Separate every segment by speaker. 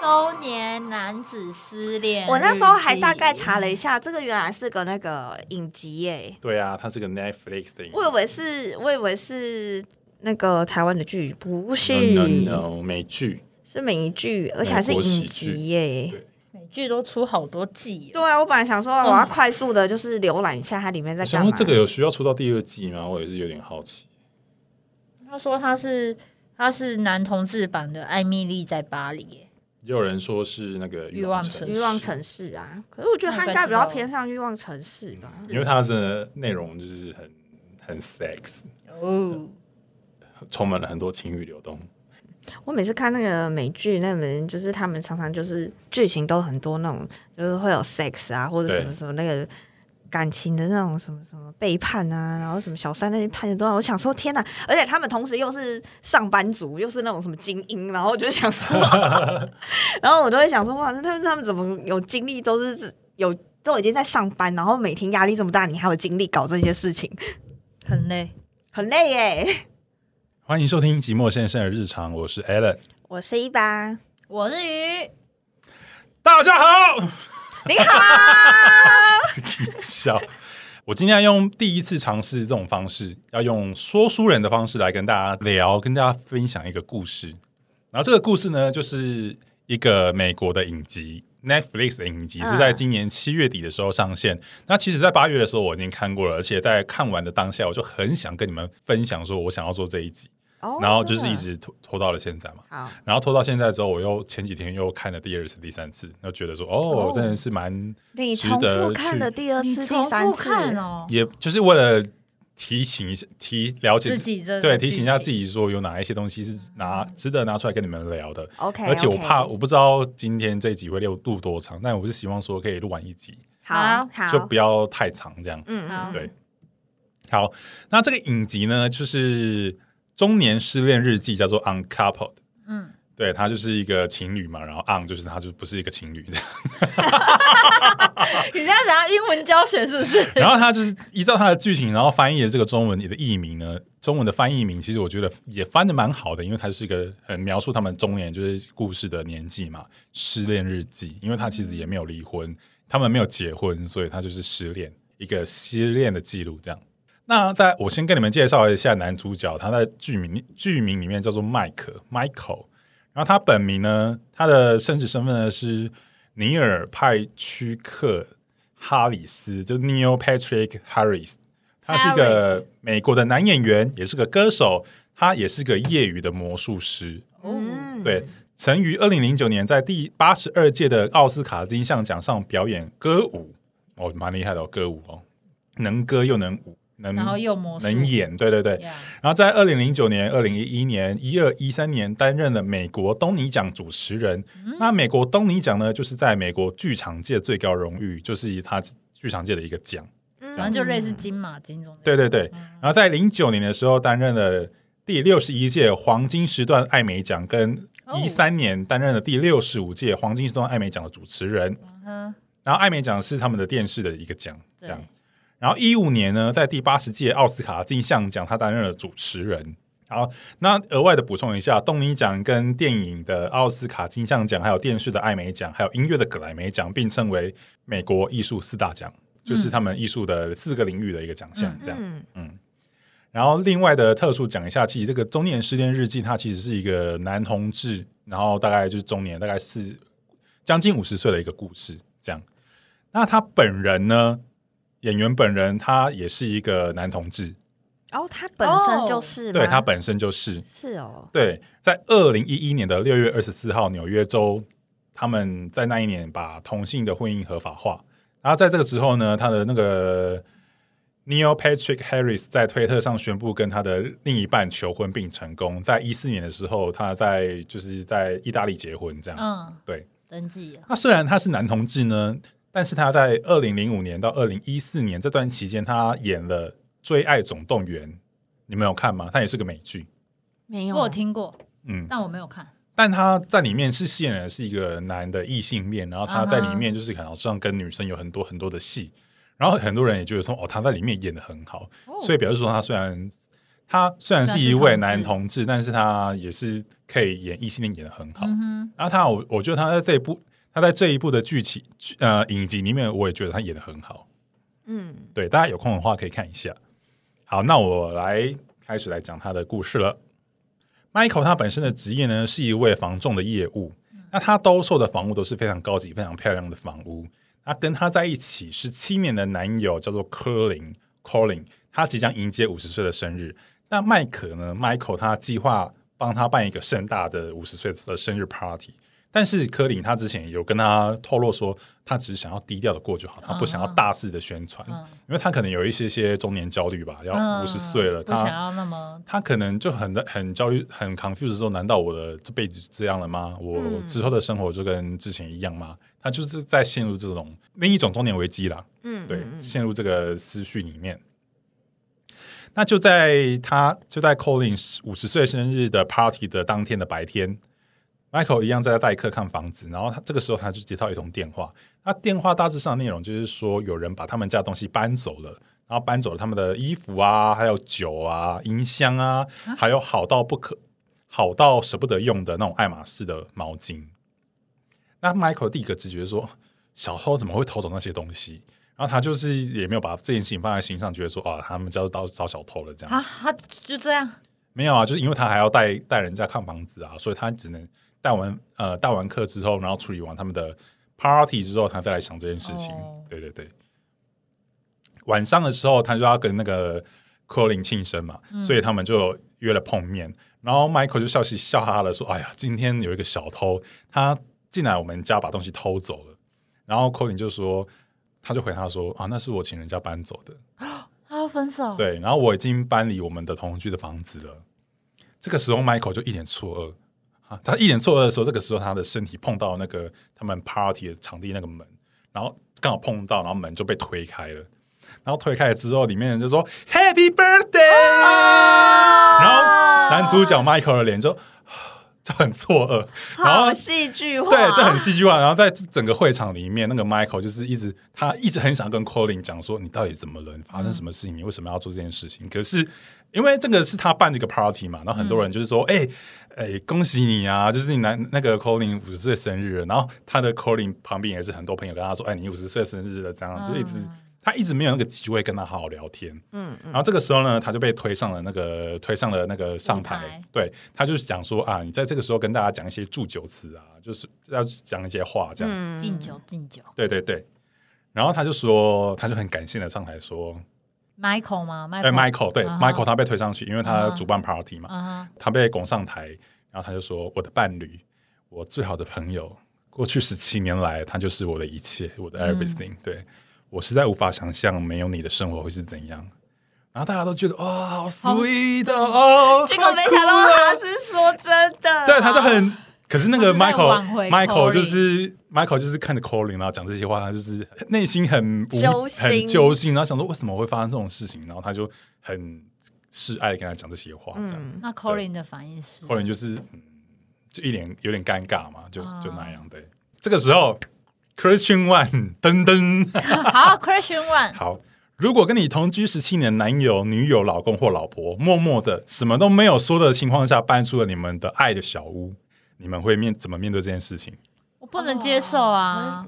Speaker 1: 中年男子失恋日记，
Speaker 2: 我那时候还大概查了一下，这个原来是个那个影集耶，
Speaker 3: 对啊，它是个 Netflix 的影集。
Speaker 2: 我以为是，我以为是那个台湾的剧，不是
Speaker 3: no no no 美剧，
Speaker 2: 是美剧，而且还是影集耶。
Speaker 3: 对
Speaker 1: 美剧都出好多季哦，
Speaker 2: 对啊，我本来想说我要快速的，就是浏览一下它里面在
Speaker 3: 我
Speaker 2: 干
Speaker 3: 想
Speaker 2: 嘛
Speaker 3: 说。这个有需要出到第二季吗？我也是有点好奇。
Speaker 1: 他说他是他是男同志版的艾米丽在巴黎耶，
Speaker 3: 也有人说是那个
Speaker 1: 欲望城
Speaker 3: 城
Speaker 2: 欲望城市啊，可是我觉得它应该比较偏向欲望城市吧。
Speaker 3: 因为它真的内容就是很很 sex，
Speaker 1: 哦，
Speaker 3: 充满了很多情欲流动。
Speaker 2: 我每次看那个美剧，那门就是他们常常就是剧情都很多那种，就是会有 sex 啊，或者
Speaker 3: 对
Speaker 2: 什么什么那个感情的那种什么什么背叛啊，然后什么小三那些叛逆都让我想说天哪！而且他们同时又是上班族，又是那种什么精英，然后我就想说， 然后我都会想说哇，那他们他们怎么有精力都是有都已经在上班，然后每天压力这么大，你还有精力搞这些事情，
Speaker 1: 很累。
Speaker 2: 很累耶。
Speaker 3: 欢迎收听《寂寞先生的日常》，我是 Alan，
Speaker 2: 我是一八，
Speaker 1: 我是鱼，
Speaker 3: 大家好，
Speaker 2: 你好。
Speaker 3: 笑。我今天要用第一次尝试这种方式，要用说书人的方式来跟大家聊，跟大家分享一个故事。然后这个故事呢，就是一个美国的影集，Netflix 的影集
Speaker 2: 嗯
Speaker 3: 是在今年七月底的时候上线。那其实，在八月的时候我已经看过了，而且在看完的当下，我就很想跟你们分享，说我想要做这一集，
Speaker 2: 哦
Speaker 3: 然后就是
Speaker 2: 真
Speaker 3: 一
Speaker 2: 的
Speaker 3: 直拖拖到了现在嘛。
Speaker 2: 好。
Speaker 3: 然后拖到现在之后，我又前几天又看了第二次、第三次，然后觉得说，哦，
Speaker 2: 哦
Speaker 3: 真的是蛮
Speaker 2: 你
Speaker 3: 值
Speaker 2: 重
Speaker 3: 得
Speaker 2: 复看
Speaker 3: 去
Speaker 2: 的第二
Speaker 1: 你
Speaker 2: 次、
Speaker 1: 重
Speaker 2: 第三
Speaker 1: 复
Speaker 2: 次，
Speaker 1: 看哦，
Speaker 3: 也就是为了提醒一下、提了解
Speaker 1: 自己的
Speaker 3: 对，提醒一下自
Speaker 1: 己。
Speaker 3: 己说有哪一些东西是拿值得拿出来跟你们聊的。
Speaker 2: OK，
Speaker 3: 而且我
Speaker 2: OK
Speaker 3: 怕我不知道今天这一集会录录多长，但我是希望说可以录完一集，
Speaker 2: 好好
Speaker 3: 就不要太长这样。
Speaker 2: 嗯
Speaker 1: 好
Speaker 2: 嗯
Speaker 3: 对，好，那这个影集呢，就是《中年失恋日记》，叫做《Uncoupled》。
Speaker 1: 嗯，
Speaker 3: 对，他就是一个情侣嘛，然后 on 就是他就不是一个情侣，
Speaker 1: 你这样子啊，英文教学是不 是？
Speaker 3: 然后他就是依照他的剧情，然后翻译的这个中文的译名呢，中文的翻译名其实我觉得也翻的蛮好的，因为它是一个很描述他们中年就是故事的年纪嘛，失恋日记，因为他其实也没有离婚，他们没有结婚，所以他就是失恋，一个失恋的记录这样。那在我先跟你们介绍一下男主角，他在剧名剧名里面叫做麦克 Michael，然后他本名呢，他的真实身份呢是尼尔派屈克哈里斯，就 Neil Patrick Harris，他是一个美国的男演员，也是个歌手，他也是个业余的魔术师。
Speaker 1: 哦，
Speaker 2: 嗯，
Speaker 3: 对，曾于二零零九年在第八十二届的奥斯卡金像奖上表演歌舞，哦，蛮厉害的、哦，歌舞哦，能歌又能舞，能
Speaker 1: 然后又魔术，
Speaker 3: 能演，对对对。
Speaker 1: 呀
Speaker 3: 然后在二零零九年、二零一一年、一二一三年担任了美国东尼奖主持人。那美国东尼奖呢，就是在美国剧场界最高荣誉，就是他剧场界的一个奖。
Speaker 2: 嗯
Speaker 1: 反正就类似金马金钟。
Speaker 3: 对，对对。然后在零九年的时候担任了第六十一届黄金时段艾美奖，跟
Speaker 1: 哦
Speaker 3: 一三年担任了第六十五届黄金时段艾美奖的主持人。
Speaker 1: 嗯，
Speaker 3: 然后艾美奖是他们的电视的一个奖，这
Speaker 1: 对
Speaker 3: 样。然后一五年呢，在第八十届奥斯卡金像奖，他担任了主持人。好，那额外的补充一下，东尼奖跟电影的奥斯卡金像奖，还有电视的艾美奖，还有音乐的格莱美奖，并称为美国艺术四大奖，就是他们艺术的四个领域的一个奖项
Speaker 1: 嗯。
Speaker 3: 这样，
Speaker 2: 嗯
Speaker 3: 然后另外的特殊讲一下，其实这个中年失恋日记，它其实是一个男同志，然后大概就是中年，大概是将近五十岁的一个故事。这样，那他本人呢，演员本人他也是一个男同志，
Speaker 2: 然后哦他本
Speaker 1: 哦
Speaker 2: 身就是吗，
Speaker 3: 对他本身就是
Speaker 2: 是哦，
Speaker 3: 对，在二零一一年的六月二十四号，纽约州他们在那一年把同性的婚姻合法化。然后在这个之后呢，他的那个 Neil Patrick Harris 在推特上宣布跟他的另一半求婚并成功。在一四年的时候，他在就是在意大利结婚这样。
Speaker 1: 嗯，
Speaker 3: 对，
Speaker 1: 登记了。
Speaker 3: 那虽然他是男同志呢，但是他在二零零五年到二零一四年这段期间，他演了《追爱总动员》，你们有看吗？它也是个美剧。
Speaker 2: 没
Speaker 1: 我
Speaker 2: 有，啊
Speaker 1: 有听过，
Speaker 3: 嗯，
Speaker 1: 但我没有看。
Speaker 3: 但他在里面是饰演的是一个男的异性恋，然后他在里面就是可能上跟女生有很多很多的戏，然后很多人也觉得说哦，他在里面演的很好，
Speaker 1: 哦
Speaker 3: 所以表示说他虽然他虽然是一位
Speaker 1: 算
Speaker 3: 男
Speaker 1: 是
Speaker 3: 同志，但是他也是可以演异性恋演的很好。
Speaker 1: 嗯哼，
Speaker 3: 然后他，我我觉得他在这一部，他在这一部的剧情呃影集里面，我也觉得他演的很好。
Speaker 2: 嗯，
Speaker 3: 对，大家有空的话可以看一下。好，那我来开始来讲他的故事了。Michael 他本身的职业呢是一位房仲的业务，那他兜售的房屋都是非常高级、非常漂亮的房屋。那跟他在一起十七年的男友叫做 Colin Colin，他即将迎接五十岁的生日。那麦克呢，Michael 他计划帮他办一个盛大的五十岁的生日 party，但是科林他之前有跟他透露说，他只是想要低调的过就好，他不想要
Speaker 1: 啊
Speaker 3: 大肆的宣传。
Speaker 1: 嗯
Speaker 3: 因为他可能有一些些中年焦虑吧，要
Speaker 1: 嗯
Speaker 3: 五十岁了，
Speaker 1: 不想
Speaker 3: 他
Speaker 1: 要那么
Speaker 3: 他可能就很很焦虑、很 confused，说难道我的这辈子就这样了吗？我
Speaker 2: 嗯
Speaker 3: 之后的生活就跟之前一样吗？他就是在陷入这种另一种中年危机啦，
Speaker 2: 嗯，
Speaker 3: 对，
Speaker 2: 嗯
Speaker 3: 陷入这个思绪里面。那就在他就在 Colin 五十岁生日的 party 的当天的白天，Michael 一样在代客看房子，然后他这个时候他就接到一通电话，那电话大致上内容就是说有人把他们家的东西搬走了。然后搬走了他们的衣服啊，还有酒啊、音箱啊，还有好到不可、好到舍不得用的那种爱马仕的毛巾。那 Michael 第一个直觉是说，小偷怎么会偷走那些东西？然后他就是也没有把这件事情放在心上，觉得说啊，他们家都遭遭小偷了这样。
Speaker 1: 啊，他就这样，
Speaker 3: 没有啊，就是因为他还要带带人家看房子啊，所以他只能带完呃带完课之后，然后处理完他们的 party 之后，他再来想这件事情。
Speaker 1: 哦
Speaker 3: 对对对，晚上的时候他就要跟那个 Colin 庆生嘛，所以他们就约了碰面。然后 Michael 就笑嘻笑哈哈的说：“哎呀，今天有一个小偷，他进来我们家把东西偷走了。”然后 Colin 就说，他就回他说：“啊，那是我请人家搬走的。”
Speaker 1: 他要分手，
Speaker 3: 对，然后我已经搬离我们的同居的房子了。这个时候，Michael 就一脸错愕啊，他一脸错愕的时候，这个时候他的身体碰到那个他们 party 的场地那个门，然后刚好碰到，然后门就被推开了。然后推开了之后，里面人就说 “Happy Birthday”，、然后男主角 Michael 的脸就 就很错愕，然后
Speaker 2: 好戏剧化，
Speaker 3: 对，这很戏剧化。然后在整个会场里面，那个 Michael 就是一直他一直很想跟 Colin 讲说，你到底怎么了？你发生什么事情？你为什么要做这件事情？可是因为这个是他办的一个 party 嘛，然后很多人就是
Speaker 2: 嗯
Speaker 3: 说，哎、哎、恭喜你啊！就是你男那个 Colin 五十岁生日了，然后他的 Colin 旁边也是很多朋友跟他说，哎、你五十岁生日了，这样就一直、他一直没有那个机会跟他好好聊天。
Speaker 2: 嗯
Speaker 3: 然后这个时候呢，他就被推上了那个推上了那个上台，
Speaker 1: 舞台
Speaker 3: 对，他就是讲说啊，你在这个时候跟大家讲一些祝酒词啊，就是要讲一些话这样，
Speaker 2: 嗯
Speaker 1: 敬酒敬酒
Speaker 3: 对对对。然后他就说，他就很感性的上台说，
Speaker 1: ，Michael 吗
Speaker 3: 哎
Speaker 1: ？Michael，
Speaker 3: ，Michael，对、
Speaker 1: 啊哈
Speaker 3: Michael，他被推上去，因为他
Speaker 1: 啊哈
Speaker 3: 主办 party 嘛，
Speaker 1: 啊
Speaker 3: 他被拱上台，然后他就说，我的伴侣，我最好的朋友，过去十七年来，他就是我的一切，我
Speaker 1: 嗯
Speaker 3: 的 everything，、对我实在无法想象没有你的生活会是怎样。然后大家都觉得哇、好 sweet 哦，
Speaker 2: 结果没想到他是说真的，
Speaker 3: 对，他就很。可是那个
Speaker 1: 呃他是在
Speaker 3: Michael
Speaker 1: 挽回
Speaker 3: Michael
Speaker 1: Colin
Speaker 3: 就是 Michael 就是看着 Colin，然后讲这些话，他就是内心很无
Speaker 2: 揪心
Speaker 3: 很揪心，然后想说为什么会发生这种事情，然后他就很示爱地跟他讲这些话，这样。
Speaker 2: 嗯
Speaker 1: 那 Colin 的反应是，
Speaker 3: Colin 就是嗯，就一脸有点尴尬嘛，就
Speaker 1: 啊
Speaker 3: 就那样。对，这个时候 Christian One 噔噔。
Speaker 1: 好，Christian One，
Speaker 3: 好，如果跟你同居十七年的男友、女友、老公或老婆，默默的什么都没有说的情况下，搬出了你们的爱的小屋，你们会面怎么面对这件事情？
Speaker 1: 我不能接受
Speaker 2: 哦
Speaker 1: 啊！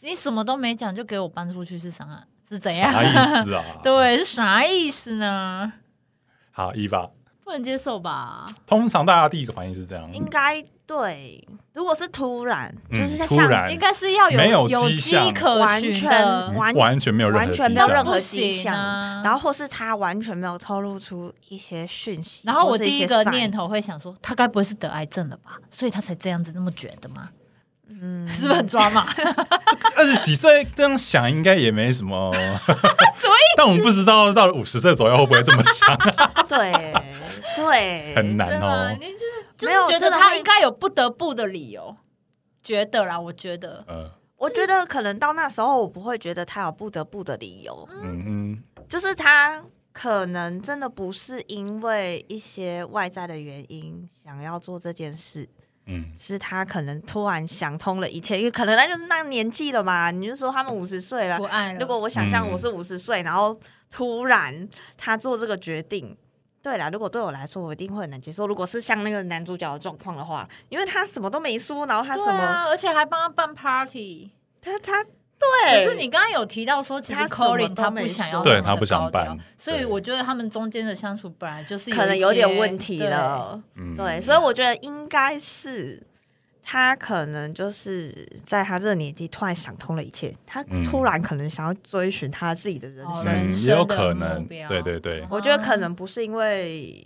Speaker 1: 你什么都没讲就给我搬出去是啥？是怎样？？
Speaker 3: 啥 意思啊
Speaker 1: 对，是啥意思呢？
Speaker 3: 好，伊娃，
Speaker 1: 不能接受吧？
Speaker 3: 通常大家第一个反应是这样，
Speaker 2: 应该对。如果是突然，
Speaker 3: 嗯
Speaker 2: 就是像
Speaker 3: 突然
Speaker 1: 应该是要
Speaker 3: 没有
Speaker 1: 有
Speaker 3: 迹
Speaker 1: 迹
Speaker 3: 象
Speaker 1: 可
Speaker 2: 完
Speaker 1: 循
Speaker 2: 全
Speaker 1: 的，
Speaker 2: 完
Speaker 3: 嗯完全没有任何
Speaker 2: 完
Speaker 3: 迹
Speaker 2: 全没有任
Speaker 3: 象。
Speaker 2: 何迹
Speaker 1: 不行
Speaker 2: 象，
Speaker 1: 啊
Speaker 2: 然后或是他完全没有透露出一些讯息，
Speaker 1: 然后我
Speaker 2: 或是
Speaker 1: 第
Speaker 2: 些
Speaker 1: 一个
Speaker 2: sign
Speaker 1: 念，头会想说，他该不会是得癌症了吧？所以他才这样子那么卷的吗？
Speaker 2: 嗯，
Speaker 1: 是不是很抓马？
Speaker 3: 二十几岁这样想应该也没什么， 但我们不知道到了五十岁左右会不会这么想，
Speaker 2: 对 对，啊
Speaker 3: 很
Speaker 1: 对
Speaker 3: 难
Speaker 1: 吧？
Speaker 3: 哦。
Speaker 1: 你就是就
Speaker 2: 没有
Speaker 1: 是觉得
Speaker 2: 真的
Speaker 1: 他
Speaker 2: 会
Speaker 1: 应该有不得不的理由，觉得啦，我觉得
Speaker 3: 呃，
Speaker 2: 我觉得可能到那时候，我不会觉得他有不得不的理由，
Speaker 3: 嗯嗯，
Speaker 2: 就是他
Speaker 1: 嗯
Speaker 2: 可能真的不是因为一些外在的原因想要做这件事，
Speaker 3: 嗯，
Speaker 2: 是他可能突然想通了一切，因为可能他就是那个年纪了嘛。你就说
Speaker 1: 嗯
Speaker 2: 他们五十岁了
Speaker 1: 不，爱了。
Speaker 2: 如果我想象
Speaker 3: 嗯
Speaker 2: 我是五十岁，然后突然他做这个决定，对啦，如果对我来说，我一定会很难接受。如果是像那个男主角的状况的话，因为他什么都没说，然后他什
Speaker 1: 对
Speaker 2: 么，
Speaker 1: 啊，而且还帮他办 party。
Speaker 2: 他他
Speaker 1: 啊可
Speaker 2: 对，
Speaker 1: 是你刚刚有提到说，其实
Speaker 2: 他什么
Speaker 1: Colin
Speaker 2: 都
Speaker 1: 他
Speaker 2: 没
Speaker 1: 不想要
Speaker 2: 说
Speaker 1: 那么的
Speaker 3: 对他不想办
Speaker 1: 高调所以
Speaker 3: 对
Speaker 1: 我觉得他们中间的相处本来就是
Speaker 2: 可能
Speaker 1: 一
Speaker 2: 有点
Speaker 1: 些
Speaker 2: 问题。了。
Speaker 3: 嗯，
Speaker 2: 对，所以我觉得应该是他可能就是在他这个年纪突然想通了一切，他
Speaker 3: 嗯
Speaker 2: 突然可能想要追寻他自己的人
Speaker 1: 哦
Speaker 2: 生。
Speaker 1: 人
Speaker 3: 嗯
Speaker 1: 生
Speaker 3: 也有
Speaker 1: 的目
Speaker 3: 可能，
Speaker 1: 标
Speaker 3: 对对对，
Speaker 2: 我觉得可能不是因为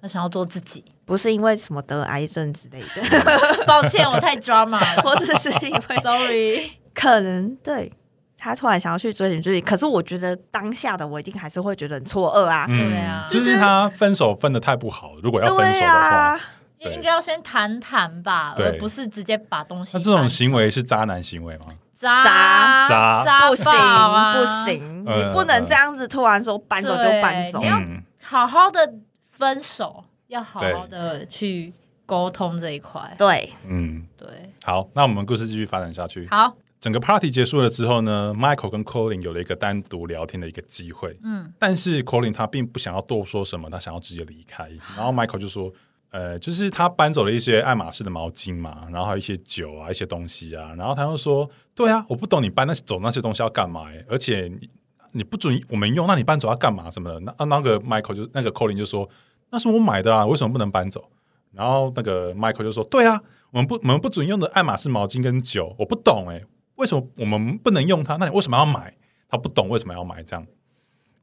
Speaker 1: 他想要做自 己。
Speaker 2: 不是因为什么得癌症之类的，
Speaker 1: 抱歉，我太 drama 了
Speaker 2: 我只是因为
Speaker 1: ，sorry。
Speaker 2: 可能对。他突然想要去追寻自己，可是我觉得当下的我一定还是会觉得很错愕啊。
Speaker 1: 对啊
Speaker 3: 嗯就是他分手分的太不好，如果嗯要分手
Speaker 2: 对
Speaker 3: 的话，
Speaker 2: 啊，
Speaker 1: 应
Speaker 3: 对
Speaker 1: 应该要先谈谈吧，
Speaker 3: 对
Speaker 1: 而不是直接把东西
Speaker 3: 那
Speaker 1: 搬
Speaker 3: 这
Speaker 1: 走。
Speaker 3: 种行为是渣男行为吗？
Speaker 1: 渣
Speaker 2: 渣
Speaker 3: 渣
Speaker 1: 渣
Speaker 2: 不行
Speaker 1: 爆啊
Speaker 2: 不，行，
Speaker 3: 呃
Speaker 2: 你不能这样子突然说搬走就搬走
Speaker 1: 对你。要
Speaker 3: 嗯，
Speaker 1: 好好的分手，要好好的去沟通这一块。
Speaker 2: 对，
Speaker 3: 嗯，
Speaker 1: 对，
Speaker 3: 好，那我们故事继续发展下去。
Speaker 1: 好，
Speaker 3: 整个 party 结束了之后呢，Michael 跟 Colin 有了一个单独聊天的一个机会，
Speaker 1: 嗯，
Speaker 3: 但是 Colin 他并不想要多说什么，他想要直接离开。
Speaker 1: 啊
Speaker 3: 然后 Michael 就说：“呃，就是他搬走了一些爱马仕的毛巾嘛，然后还有一些酒啊，一些东西啊。”然后他又说：“对啊，我不懂你搬那些走那些东西要干嘛、欸？而且你你不准我们用，那你搬走要干嘛什么的？”那啊那个 Michael 就那个 Colin 就说：“那是我买的啊，为什么不能搬走？”然后那个 Michael 就说：“对啊，我们不我们不准用的爱马仕毛巾跟酒，我不懂哎、欸为什么我们不能用它？那你为什么要买？他不懂为什么要买这样。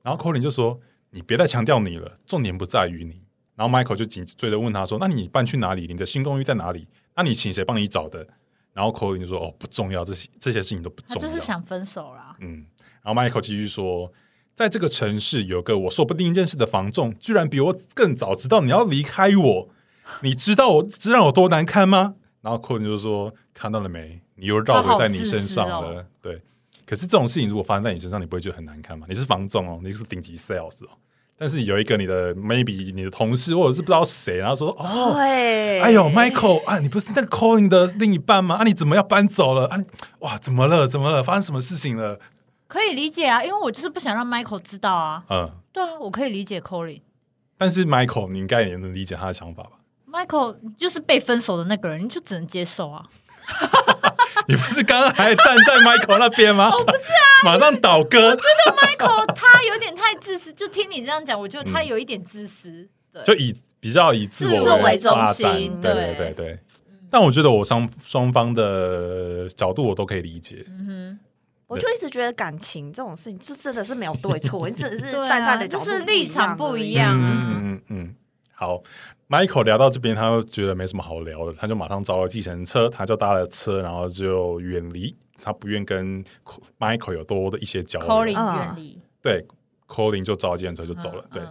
Speaker 3: 然后 Colin 就说：“你别再强调你了，重点不在于你。”然后 Michael 就紧追着问他说：“那你搬去哪里？你的新公寓在哪里？那你请谁帮你找的？”然后 Colin 就说：“哦，不重要，这些这些事情都不
Speaker 1: 他
Speaker 3: 重要。”
Speaker 1: 就是想分手啦。
Speaker 3: 嗯，然后 Michael 继续说，在这个城市有个我说不定认识的房仲，居然比我更早知道你要离开我，你知道我知道我多难堪吗？然后 Colin 就说：“看到了没，你又绕回在你身上
Speaker 1: 他好自私哦
Speaker 3: 了。对，可是这种事情如果发生在你身上，你不会觉得很难堪吗？你是房仲哦，你是顶级 sales 哦，但是有一个你的 maybe 你的同事或者是不知道谁，然后说哦，
Speaker 2: 对，
Speaker 3: 哎呦，Michael 啊，你不是那个 Colin 的另一半吗？啊，你怎么要搬走了？啊，你哇，怎么了？怎么了？发生什么事情了？
Speaker 1: 可以理解啊，因为我就是不想让 Michael 知道啊。
Speaker 3: 嗯，
Speaker 1: 对啊，我可以理解 Colin。
Speaker 3: 但是 Michael，你应该也能理解他的想法吧？
Speaker 1: Michael 就是被分手的那个人，你就只能接受啊。
Speaker 3: 你不是刚刚还站在 Michael 那 边吗？
Speaker 1: 哦
Speaker 3: 不是啊， 马上倒戈，
Speaker 1: Michael 他有点太自私，就听你这样讲，我觉得他有一点自私。对，
Speaker 3: 就嗯以比较以自
Speaker 1: 自
Speaker 3: 我
Speaker 1: 我为中
Speaker 3: 发
Speaker 1: 心
Speaker 3: 展，对
Speaker 1: 对
Speaker 3: 对对。但我觉得我双双方的角度我都可以理解，
Speaker 1: 嗯哼，
Speaker 2: 我就一直觉得感情这种事情，就真的是没有对错，你只是
Speaker 1: 对啊
Speaker 2: 站在的角度
Speaker 1: 就是
Speaker 2: 不
Speaker 1: 立场
Speaker 2: 不
Speaker 1: 不一样啊
Speaker 3: 嗯嗯嗯嗯，好。Michael 聊到这边，他又觉得没什么好聊的，他就马上找了计程车，他就搭了车，然后就远离，他不愿跟 Michael 有多的一些交流。
Speaker 1: Colin
Speaker 2: 嗯
Speaker 1: 远离
Speaker 3: 对，Colin 就招计程车就
Speaker 1: 就
Speaker 3: 走了，对。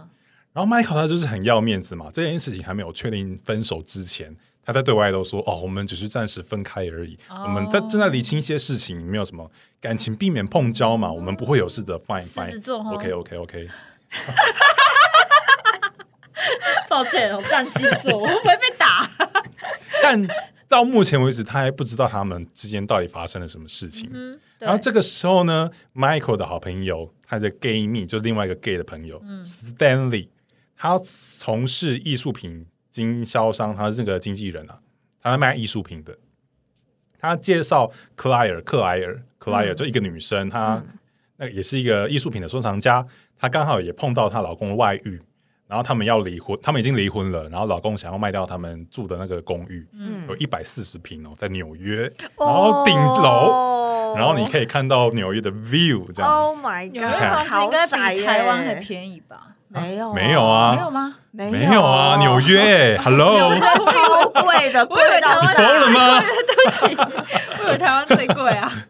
Speaker 3: 然后 Michael 他就是很要面子嘛，这件事情还没有确定分手之前，他在对外都说：“哦，我们只是暂时分开而已，
Speaker 1: 哦
Speaker 3: 我们在正在理清一些事情，没有什么感情，避免碰交嘛，我们不会有事的。”Fine
Speaker 1: 狮子
Speaker 3: fine，OK
Speaker 1: 座哦
Speaker 3: OK OK。
Speaker 1: 抱歉，我占星座，我会不会被打？
Speaker 3: 但到目前为止，他还不知道他们之间到底发生了什么事情。
Speaker 1: 嗯，对
Speaker 3: 然后这个时候呢，Michael 的好朋友，他的 gay 蜜，就是另外一个 gay 的朋友、Stanley，他从事艺术品经销商，他是那个经纪人啊，他卖艺术品的。他介绍克莱尔，克莱尔，克莱尔，就一个女生，她那也是一个艺术品的收藏家，她刚好也碰到她老公的外遇，然后他们要离婚，他们已经离婚了，然后老公想要卖掉他们住的那个公寓，
Speaker 2: 嗯
Speaker 3: 有一百四十平哦，在纽约，然后顶楼。然后你可以看到纽约的 view 这样。
Speaker 2: 哦，Oh my
Speaker 1: 纽约房
Speaker 2: God，
Speaker 1: 子应该
Speaker 2: 豪宅
Speaker 1: 比
Speaker 2: 耶
Speaker 1: 台湾还便宜吧？
Speaker 2: 没有
Speaker 3: 没有啊
Speaker 1: 没有吗？
Speaker 2: 没
Speaker 3: 没啊有啊，纽约，Hello，
Speaker 1: 纽
Speaker 3: 你
Speaker 1: 约
Speaker 2: 超贵的，
Speaker 1: 我以为
Speaker 2: 贵
Speaker 1: 台
Speaker 2: 到
Speaker 1: 湾
Speaker 3: 疯了吗？
Speaker 1: 我以为台湾最贵啊。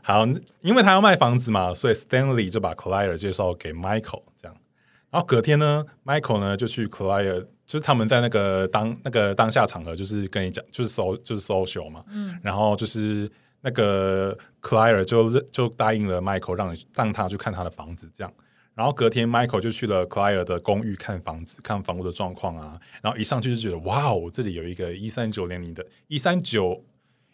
Speaker 3: 好，因为他要卖房子嘛，所以 Stanley 就把 Claire 介绍给 Michael 这样。然后隔天呢，Michael 呢就去 Claire，就是他们在那个当那个当下场合，就是跟你讲，就是 so 就是 social 嘛，嗯，然后就是那个 Claire 就就答应了 Michael 让你让他去看他的房子这样。然后隔天，Michael 就去了 Claire 的公寓看房子，看房屋的状况啊。然后一上去就觉得，哇哦，这里有一个一三九年龄的，一三九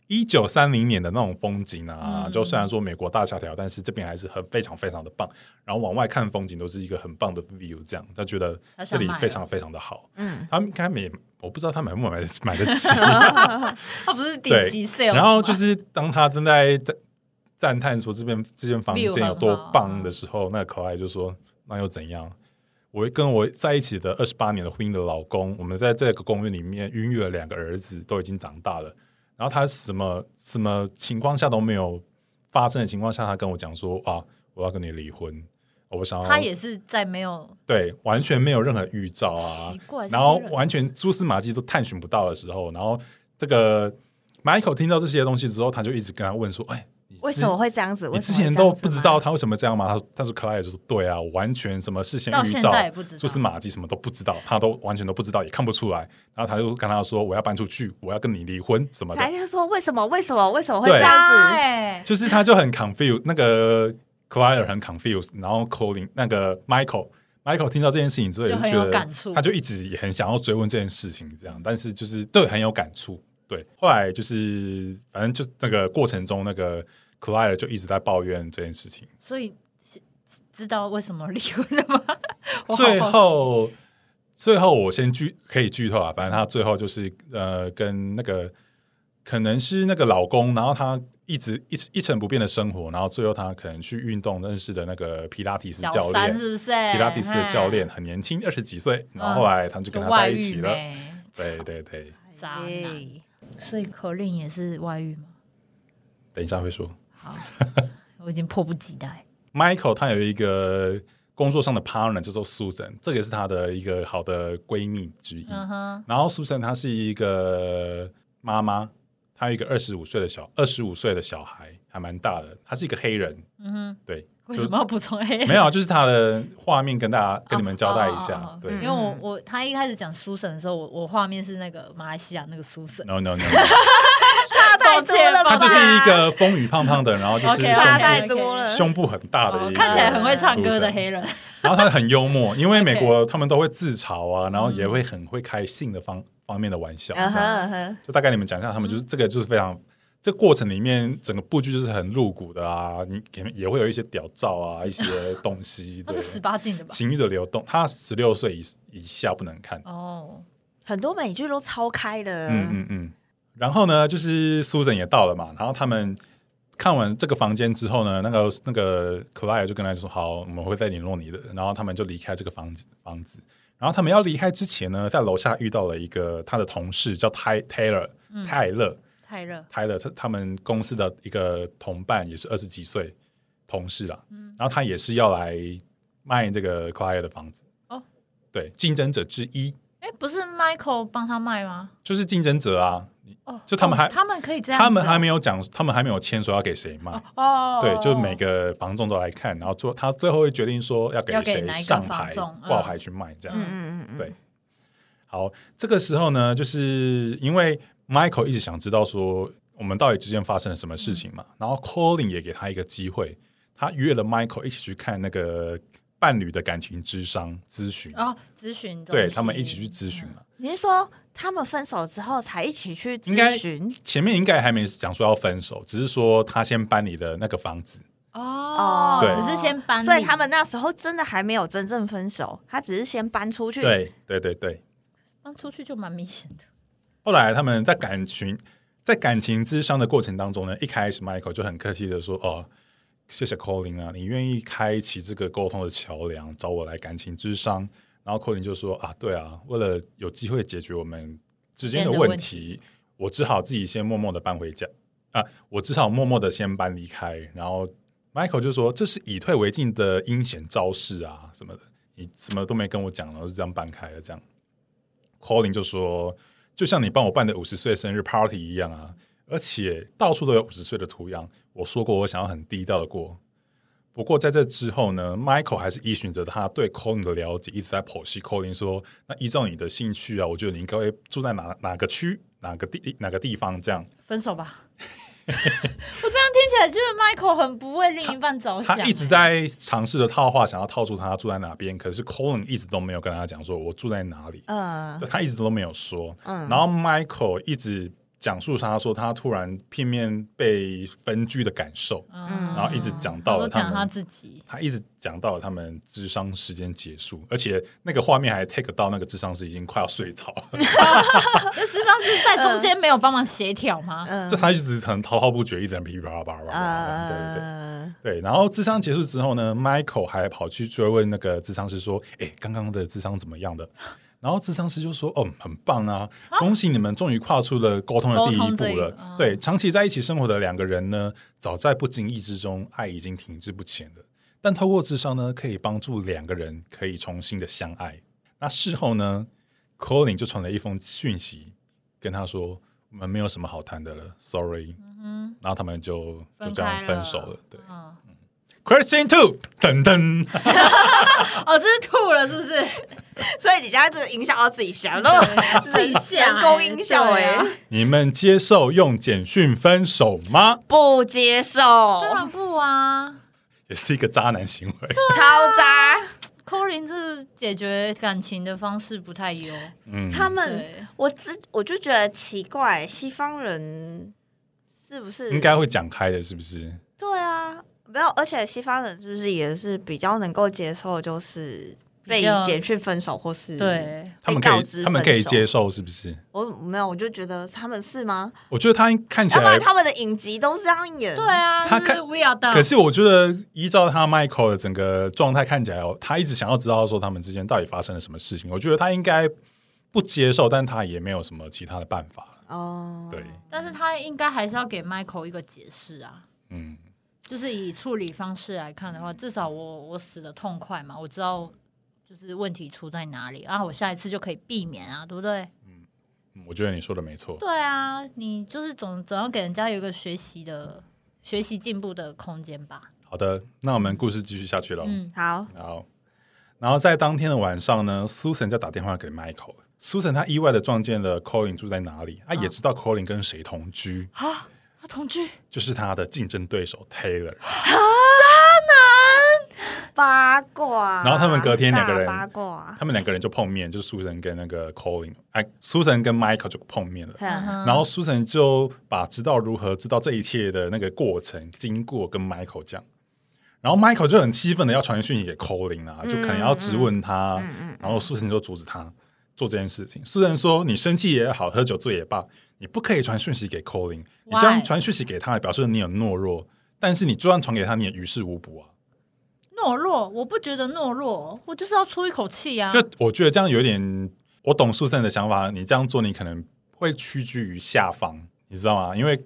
Speaker 3: 一九三零年的那种风景啊，
Speaker 1: 嗯
Speaker 3: 就虽然说美国大萧条，但是这边还是很非常非常的棒。然后往外看风景都是一个很棒的 view，这样他觉得
Speaker 1: 他
Speaker 3: 这
Speaker 1: 想
Speaker 3: 里
Speaker 1: 买
Speaker 3: 非
Speaker 1: 了
Speaker 3: 常非常的好。
Speaker 2: 嗯，
Speaker 3: 他们应该没，我不知道他买不买得买得起。
Speaker 1: 他不是顶
Speaker 3: 对
Speaker 1: 级 sales，
Speaker 3: 然后就
Speaker 1: 吗
Speaker 3: 是当他正在赞赞叹说这边这间房间
Speaker 1: View 很
Speaker 3: 有多
Speaker 1: 好
Speaker 3: 棒的时候，那可爱就说：“那又怎样？我跟我在一起的二十八年的婚姻的老公，我们在这个公寓里面孕育了两个儿子，都已经长大了。然后他什么什么情况下都没有发生的情况下，他跟我讲说：啊，我要跟你离婚。”哦我想要
Speaker 1: 他也是在没有
Speaker 3: 对，完全没有任何预兆啊
Speaker 1: 奇，怪，
Speaker 3: 然后
Speaker 1: 这些人
Speaker 3: 完全蛛丝马迹都探寻不到的时候，然后这个 Michael 听到这些东西之后，他就一直跟他问说：“哎，你之
Speaker 2: 为什么？会这样子？
Speaker 3: 你
Speaker 2: 我
Speaker 3: 之前都不知道他为什么这样吗？”他说：“他说克莱尔就说对啊，我完全什么事先
Speaker 1: 到
Speaker 3: 预
Speaker 1: 现
Speaker 3: 兆
Speaker 1: 在也不知道
Speaker 3: 蛛丝马迹什么都不知道，他都完全都不知道，也看不出来。”然后他就跟他说：“我要搬出去，我要跟你离婚什么的
Speaker 2: 他。就说为什么为什么为什么会
Speaker 3: 对
Speaker 2: 这样子？
Speaker 1: 哎”，
Speaker 3: 就是他就很 confused，那个克莱尔很 confused，然后 Colin 那个 Michael。Michael 听到这件事情之后，也
Speaker 1: 就是很
Speaker 3: 觉
Speaker 1: 有
Speaker 3: 得
Speaker 1: 感触
Speaker 3: 他就一直也很想要追问这件事情，这样，但是就是对很有感触。对，后来就是反正就那个过程中，那个克莱尔就一直在抱怨这件事情。
Speaker 1: 所以是是知道为什么离婚了吗？我好好奇
Speaker 3: 最后，最后我先剧可以剧透啊，反正她最后就是呃，跟那个可能是那个老公，然后她一直一一成不变的生活，然后最后她可能去运动认识的那个皮拉提斯教
Speaker 1: 小
Speaker 3: 练
Speaker 1: 三，嗯是不是？
Speaker 3: 皮
Speaker 1: 皮
Speaker 3: 拉提斯的教练很年轻，二十几岁，然后后来他
Speaker 1: 哎
Speaker 3: 就
Speaker 1: 嗯
Speaker 3: 跟他在一起了。对对对，
Speaker 1: 渣
Speaker 2: 哎
Speaker 1: 男。所以可令也是外遇吗？
Speaker 3: 等一下会说。
Speaker 1: 好，我已经迫不及待。
Speaker 3: Michael 他有一个工作上的 partner 叫做 Susan，这个也是他的一个好的闺蜜之一。
Speaker 1: 嗯哼，
Speaker 3: 然后 Susan 她是一个妈妈，她有一个二十五岁的小二十五岁的小孩，还蛮大的。她是一个黑人，
Speaker 1: 嗯哼，
Speaker 3: 对，
Speaker 1: 为什么要补充 A？
Speaker 3: 没有，啊就是她的画面跟大家跟你们交代一
Speaker 1: 哦哦
Speaker 3: 下
Speaker 1: 哦。
Speaker 3: 对
Speaker 1: 因为
Speaker 2: 嗯
Speaker 1: 我我他一开始讲苏神的时候，我我画面是那个马来西亚那个苏神，
Speaker 3: ，no no no，
Speaker 2: 差啊太多了吧？
Speaker 3: 她就是一个丰腴胖胖的，然后就是
Speaker 1: OK，
Speaker 2: 差
Speaker 3: 胸部
Speaker 1: 大
Speaker 2: 太多了。
Speaker 3: 胸部很大的
Speaker 1: 哦
Speaker 3: 一个，
Speaker 1: 看起来很会唱歌的
Speaker 3: Susan
Speaker 1: 黑人。
Speaker 3: 然后他很幽默，因为美国他们都会自嘲啊，然后也会很会开性的方方面的玩笑。
Speaker 2: 嗯
Speaker 3: 这
Speaker 2: 哼
Speaker 3: 样
Speaker 2: 嗯哼，
Speaker 3: 就大概你们讲一下，他们
Speaker 1: 嗯
Speaker 3: 就是这个就是非常这过程里面整个布局就是很露骨的啊，你可能也会有一些屌照啊，一些东 西
Speaker 1: 他
Speaker 3: 的
Speaker 1: 是十八禁的吧？
Speaker 3: 情欲的流动。他十六岁以以下不能看。
Speaker 1: 哦，
Speaker 2: 很多美剧都超开的。
Speaker 3: 嗯嗯嗯。然后呢，就是苏诊也到了嘛，然后他们看完这个房间之后呢，那个那个克莱尔就跟他说：“好，我们会再联络你的。”然后他们就离开这个房子房子。然后他们要离开之前呢，在楼下遇到了一个他的同事叫泰 Taylor
Speaker 1: 嗯
Speaker 3: 泰勒
Speaker 1: 太热，
Speaker 3: 泰勒，他他们公司的一个同伴也是二十几岁同事啦，
Speaker 1: 嗯
Speaker 3: 然后他也是要来卖这个克莱尔的房子
Speaker 1: 哦，
Speaker 3: 对，竞争者之一
Speaker 1: 哎，不是 Michael 帮他卖吗？
Speaker 3: 就是竞争者啊，
Speaker 1: 哦，
Speaker 3: 就他们还
Speaker 1: 哦他们可以这样子哦，
Speaker 3: 他们还没有讲，他们还没有签说要给谁卖。
Speaker 1: 哦，
Speaker 3: 对，就是每个房仲都来看，然后最后他最后会决定说要给
Speaker 1: 要给
Speaker 3: 谁
Speaker 1: 哪一个
Speaker 3: 上牌
Speaker 1: 房仲嗯
Speaker 3: 挂牌去卖这样。
Speaker 2: 嗯嗯嗯，
Speaker 3: 对好，这个时候呢，就是因为 Michael 一直想知道说我们到底之间发生了什么事情嘛，然后 Colin 也给他一个机会，他约了 Michael 一起去看那个伴侣的感情智商咨询，
Speaker 1: 哦咨询中心，
Speaker 3: 对他们一起去咨询嘛。
Speaker 2: 你是说他们分手之后才一起去
Speaker 3: 应该
Speaker 2: 咨询？
Speaker 3: 前面应该还没讲说要分手，只是说他先搬离了那个房子，
Speaker 1: 哦，
Speaker 3: 对
Speaker 1: 只是先搬离，
Speaker 2: 所以他们那时候真的还没有真正分手，他只是先搬出去。，
Speaker 3: 对对对对。
Speaker 1: 搬啊出去就蛮明显的。
Speaker 3: 后来他们在感情在感情之商的过程当中呢，一开始 Michael 就很客气的说：“哦，谢谢 Colin 啊，你愿意开启这个沟通的桥梁，找我来感情之商。”然后 Colin 就说：“啊，对啊，为了有机会解决我们之
Speaker 1: 之间
Speaker 3: 间的
Speaker 1: 的
Speaker 3: 问
Speaker 1: 问
Speaker 3: 题
Speaker 1: 题，
Speaker 3: 我只好自己先默默的搬回家啊，我只好默默的先搬离开。”然后 Michael 就说：“这是以退为进的阴险招式啊，什么的，你什么都没跟我讲，然后就这样搬开了。”这样，Colin 就说：“就像你帮我办的五十岁生日 party 一样啊，而且到处都有五十岁的图样。我说过，我想要很低调的过。不过在这之后呢，Michael 还是依循着他对 Colin 的了解，一直在剖析 Colin 说：“那依照你的兴趣啊，我觉得你应该会住在哪哪个区、哪个地、哪个地方这样。”
Speaker 1: 分手 吧。我这样听起来就是 Michael 很不为另一半着想，
Speaker 3: 他一直在尝试着套话，想要套出他住在哪边，可是 Colin 一直都没有跟他讲说我住在哪里，
Speaker 2: 嗯
Speaker 3: 对他一直都没有说。
Speaker 2: 嗯
Speaker 3: 然后 Michael 一直讲述他说他突然片面被分居的感受，
Speaker 1: 嗯
Speaker 3: 然后一直讲到了
Speaker 1: 都讲
Speaker 3: 他
Speaker 1: 他
Speaker 3: 们
Speaker 1: 自己，
Speaker 3: 他一直讲到他们智商时间结束，而且那个画面还 take 到那个智商是已经快要睡着了，
Speaker 1: 那智商是在中间没有帮忙协调吗？
Speaker 2: 嗯
Speaker 3: 就他一直很滔滔不绝，一直很噼噼啪啦啪啦啪
Speaker 2: 啊
Speaker 3: 啦，对对对。
Speaker 1: 嗯
Speaker 2: 呃，
Speaker 3: 对，然后智商结束之后呢，Michael 还跑去追问那个智商师说：“哎，刚刚的智商怎么样的？”然后智商师就说：“哦，很棒啊，恭喜你们终于跨出了沟通的第
Speaker 1: 沟
Speaker 3: 一
Speaker 1: 通
Speaker 3: 步
Speaker 1: 这一
Speaker 3: 了。
Speaker 1: 嗯
Speaker 3: 对，长期在一起生活的两个人呢，早在不经意之中，爱已经停滞不前了。但透过智商呢，可以帮助两个人可以重新的相爱。那事后呢 c o l i n 就传了一封讯息跟他说：“我们没有什么好谈的了，sorry。
Speaker 1: 嗯，
Speaker 3: 然后他们就就
Speaker 1: 分
Speaker 3: 这样
Speaker 1: 开
Speaker 3: 分手了。对。
Speaker 1: 嗯
Speaker 3: Question Two，噔噔，
Speaker 1: 哦，这是吐了，是不 是？
Speaker 2: 所以你现在这个音效要自己想，然后 自己
Speaker 1: 下
Speaker 2: 人工音效
Speaker 1: 对
Speaker 2: 哎、
Speaker 1: 啊
Speaker 3: 你们接受用简讯分手吗？
Speaker 2: 不接受，
Speaker 1: 当然不啊。
Speaker 3: 也是一个渣男行为。
Speaker 2: 超渣。
Speaker 1: Colin 这解决感情的方式不太优，
Speaker 3: 嗯，
Speaker 2: 他们，
Speaker 1: 对，
Speaker 2: 我只我就觉得奇怪，西方人是不是
Speaker 3: 应该会讲开的，是不是？
Speaker 2: 对啊？没有，而且西方人是不是也是比较能够接受，就是被
Speaker 1: 比较
Speaker 2: 简讯分手，或是？
Speaker 1: 对，
Speaker 3: 他们可
Speaker 2: 告知
Speaker 3: 以，他们可
Speaker 2: 分
Speaker 3: 以
Speaker 2: 手
Speaker 3: 接受，是不是？
Speaker 2: 我没有，我就觉得他们是吗？
Speaker 3: 我觉得他看起
Speaker 2: 要不
Speaker 3: 来
Speaker 2: 然，他们的影集都是这样演。
Speaker 1: 对啊，
Speaker 3: 他
Speaker 1: 就是
Speaker 3: 看
Speaker 1: We Are Done。
Speaker 3: 可是我觉得依照他 Michael 的整个状态看起来哦，他一直想要知道说他们之间到底发生了什么事情。我觉得他应该不接受，但他也没有什么其他的办法了。
Speaker 2: 哦，
Speaker 3: 对，
Speaker 1: 但是他应该还是要给 Michael 一个解释啊。
Speaker 3: 嗯，
Speaker 1: 就是以处理方式来看的话，至少我我死的痛快嘛，我知道就是问题出在哪里啊，我下一次就可以避免啊，对不对？
Speaker 3: 嗯我觉得你说的没错。
Speaker 1: 对啊，你就是总总要给人家有一个学习的学习进步的空间吧。
Speaker 3: 好的，那我们故事继续下去喽。
Speaker 1: 嗯，
Speaker 2: 好，
Speaker 3: 好，然后在当天的晚上呢，Susan 就打电话给 Michael 了。Susan 她意外的撞见了 Colin 住在哪里，她也知道 Colin 跟谁同居，
Speaker 1: 啊，他同居，
Speaker 3: 就是他的竞争对手 Taylor。
Speaker 2: 八卦。
Speaker 3: 然后他们隔天两个人
Speaker 2: 大八卦。
Speaker 3: 他们两个人就碰面，就是 Susan 跟那个 Colin，哎，Susan 跟 Michael 就碰面了。
Speaker 1: 嗯
Speaker 2: 哼
Speaker 1: 哼
Speaker 3: 然后 Susan 就把知道如何知道这一切的那个过程经过跟 Michael 讲，然后 Michael 就很气愤的要传讯给 Colin 啊，就可能要质问他，然后 Susan 就阻止他做这件事情。Susan 说：“你生气也好，喝酒醉也罢，你不可以传讯息给 Colin，你这样
Speaker 1: Why？
Speaker 3: 传讯息给他，表示你有懦弱，但是你就算传给他，你也于事无补啊。”
Speaker 1: 懦弱，我不觉得懦弱，我就是要出一口气啊。
Speaker 3: 就我觉得这样有点，我懂苏珊的想法。你这样做，你可能会屈居于下方，你知道吗？因为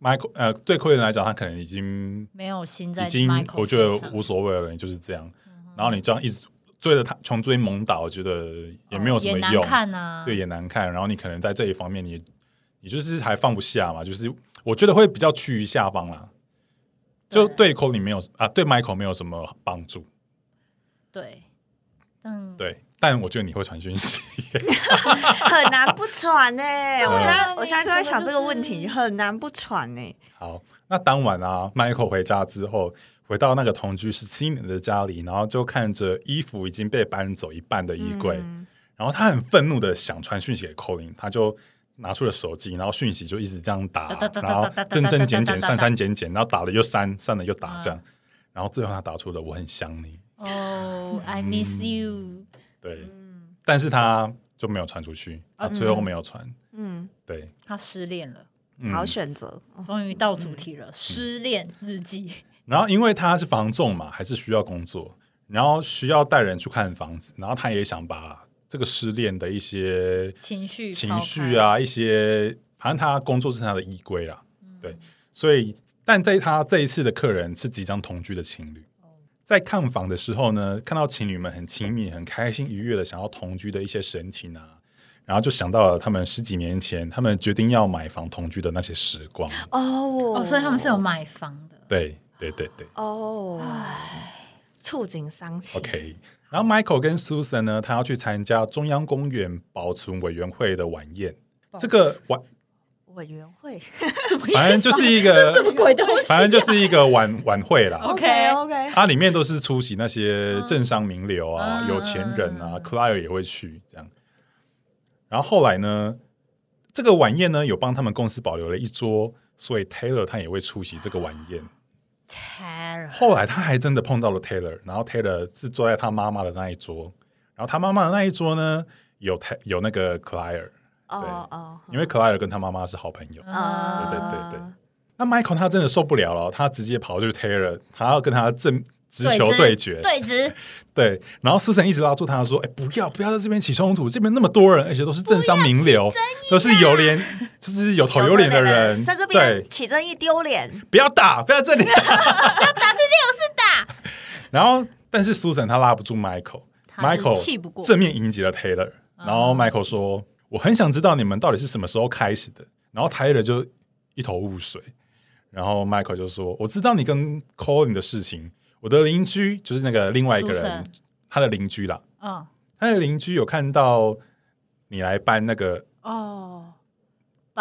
Speaker 3: Michael 呃，对科林来讲，他可能已经
Speaker 1: 没有心在
Speaker 3: 已经
Speaker 1: Michael
Speaker 3: 我觉得
Speaker 1: 身上嗯
Speaker 3: 无所谓了，你就是这样。然后你这样一直追着他穷追猛打，我觉得也没有什
Speaker 1: 哦也
Speaker 3: 么
Speaker 1: 难
Speaker 3: 用，
Speaker 1: 看啊。
Speaker 3: 对，也难看。然后你可能在这一方面你，你就是还放不下嘛，就是我觉得会比较趋于下方啦。就对 Colin 没有啊，对 Michael 没有什么帮助。
Speaker 1: 对，但
Speaker 3: 对，但我觉得你会传讯息。
Speaker 2: 很难不喘 呢、我现在
Speaker 1: 对
Speaker 2: 我现在就在想这个问
Speaker 1: 你
Speaker 2: 题，
Speaker 1: 怎么就是
Speaker 2: 很难不喘呢、
Speaker 3: 好，那当晚啊，Michael 回家之后，回到那个同居十七年的家里，然后就看着衣服已经被搬走一半的衣柜，
Speaker 2: 嗯
Speaker 3: 然后他很愤怒的想传讯息给 Colin，他就拿出了手机，然后讯息就一直这样打
Speaker 1: 哒哒，哒哒
Speaker 3: 然后
Speaker 1: 哒哒哒
Speaker 3: 增增减
Speaker 1: 哒哒
Speaker 3: 减，
Speaker 1: 哒
Speaker 3: 删删减减，然后打了又删，删了又打，
Speaker 1: 嗯
Speaker 3: 这样，然后最后他打出了“我很想你
Speaker 1: 哦、i miss you，”，
Speaker 3: 对，
Speaker 1: 嗯
Speaker 3: 但是他就没有传出去，他最后没有传，
Speaker 2: 嗯，
Speaker 3: 对，
Speaker 1: 他失恋了。
Speaker 3: 嗯
Speaker 2: 好选择。
Speaker 1: 终于到主题了，失恋日记。
Speaker 3: 然后因为他是房仲嘛，还是需要工作，然后需要带人去看房子，然后他也想把这个失恋的一些
Speaker 1: 情绪
Speaker 3: 情绪，啊，一些反正他工作是他的依归啦，对，所以但在他这一次的客人是即将同居的情侣。在看房的时候呢，看到情侣们很亲密、很开心、愉悦的想要同居的一些神情啊，然后就想到了他们十几年前他们决定要买房同居的那些时 光。
Speaker 2: 哦
Speaker 1: 哦，所以他们是有买房的，
Speaker 3: 对，对，对，对。
Speaker 2: 哦，触景伤情。
Speaker 3: OK，然后 Michael 跟 Susan 呢，他要去参加中央公园保存委员会的晚宴。这个晚，
Speaker 2: 委员会。
Speaker 3: 反正就是一个，
Speaker 1: 鬼东西
Speaker 3: 反正就是
Speaker 1: 啊
Speaker 3: 一个晚晚会啦。 啊
Speaker 1: OK
Speaker 2: OK，
Speaker 3: 它里面都是出席那些政商名流啊、
Speaker 1: 嗯
Speaker 3: 有钱人啊、c l a r e 也会去这样。然后后来呢这个晚宴呢，有帮他们公司保留了一桌，所以 Taylor 他也会出席这个晚宴。
Speaker 1: Terror，
Speaker 3: 后来他还真的碰到了 Taylor，然后 Taylor 是坐在他妈妈的那一桌，然后他妈妈的那一桌呢有 t 有那个 Claire，
Speaker 2: 哦哦，
Speaker 3: 因为 Claire 跟他妈妈是好朋
Speaker 1: 嗯
Speaker 3: 友。
Speaker 2: 啊，
Speaker 3: 对对对对那 Michael 他真的受不了了，他直接跑去 Taylor，他要跟他正直球对决。
Speaker 1: 对直，
Speaker 3: 对然后 Susan 一直拉住他说：“哎，不要不要在这边起冲突，这边那么多人，而且都是政商名流，都是有脸就是有头有脸的人，
Speaker 2: 在这
Speaker 3: 对
Speaker 2: 边，起争议丢脸，
Speaker 3: 不要打，不要在这里打。”
Speaker 1: 打去六四打，
Speaker 3: 然后，但是 Susan 她拉不住 Michael，Michael
Speaker 1: 他就是气不过啊
Speaker 3: 正面迎击了 Taylor，然后 Michael 说：“我很想知道你们到底是什么时候开始的。”然后 Taylor 就一头雾水，然后 Michael 就说：“我知道你跟 Colin 的事情，我的邻居就是那个另外一个人
Speaker 1: Susan，
Speaker 3: 他的邻居啦，
Speaker 1: 嗯，
Speaker 3: 他的邻居有看到你来搬那个，
Speaker 1: 哦，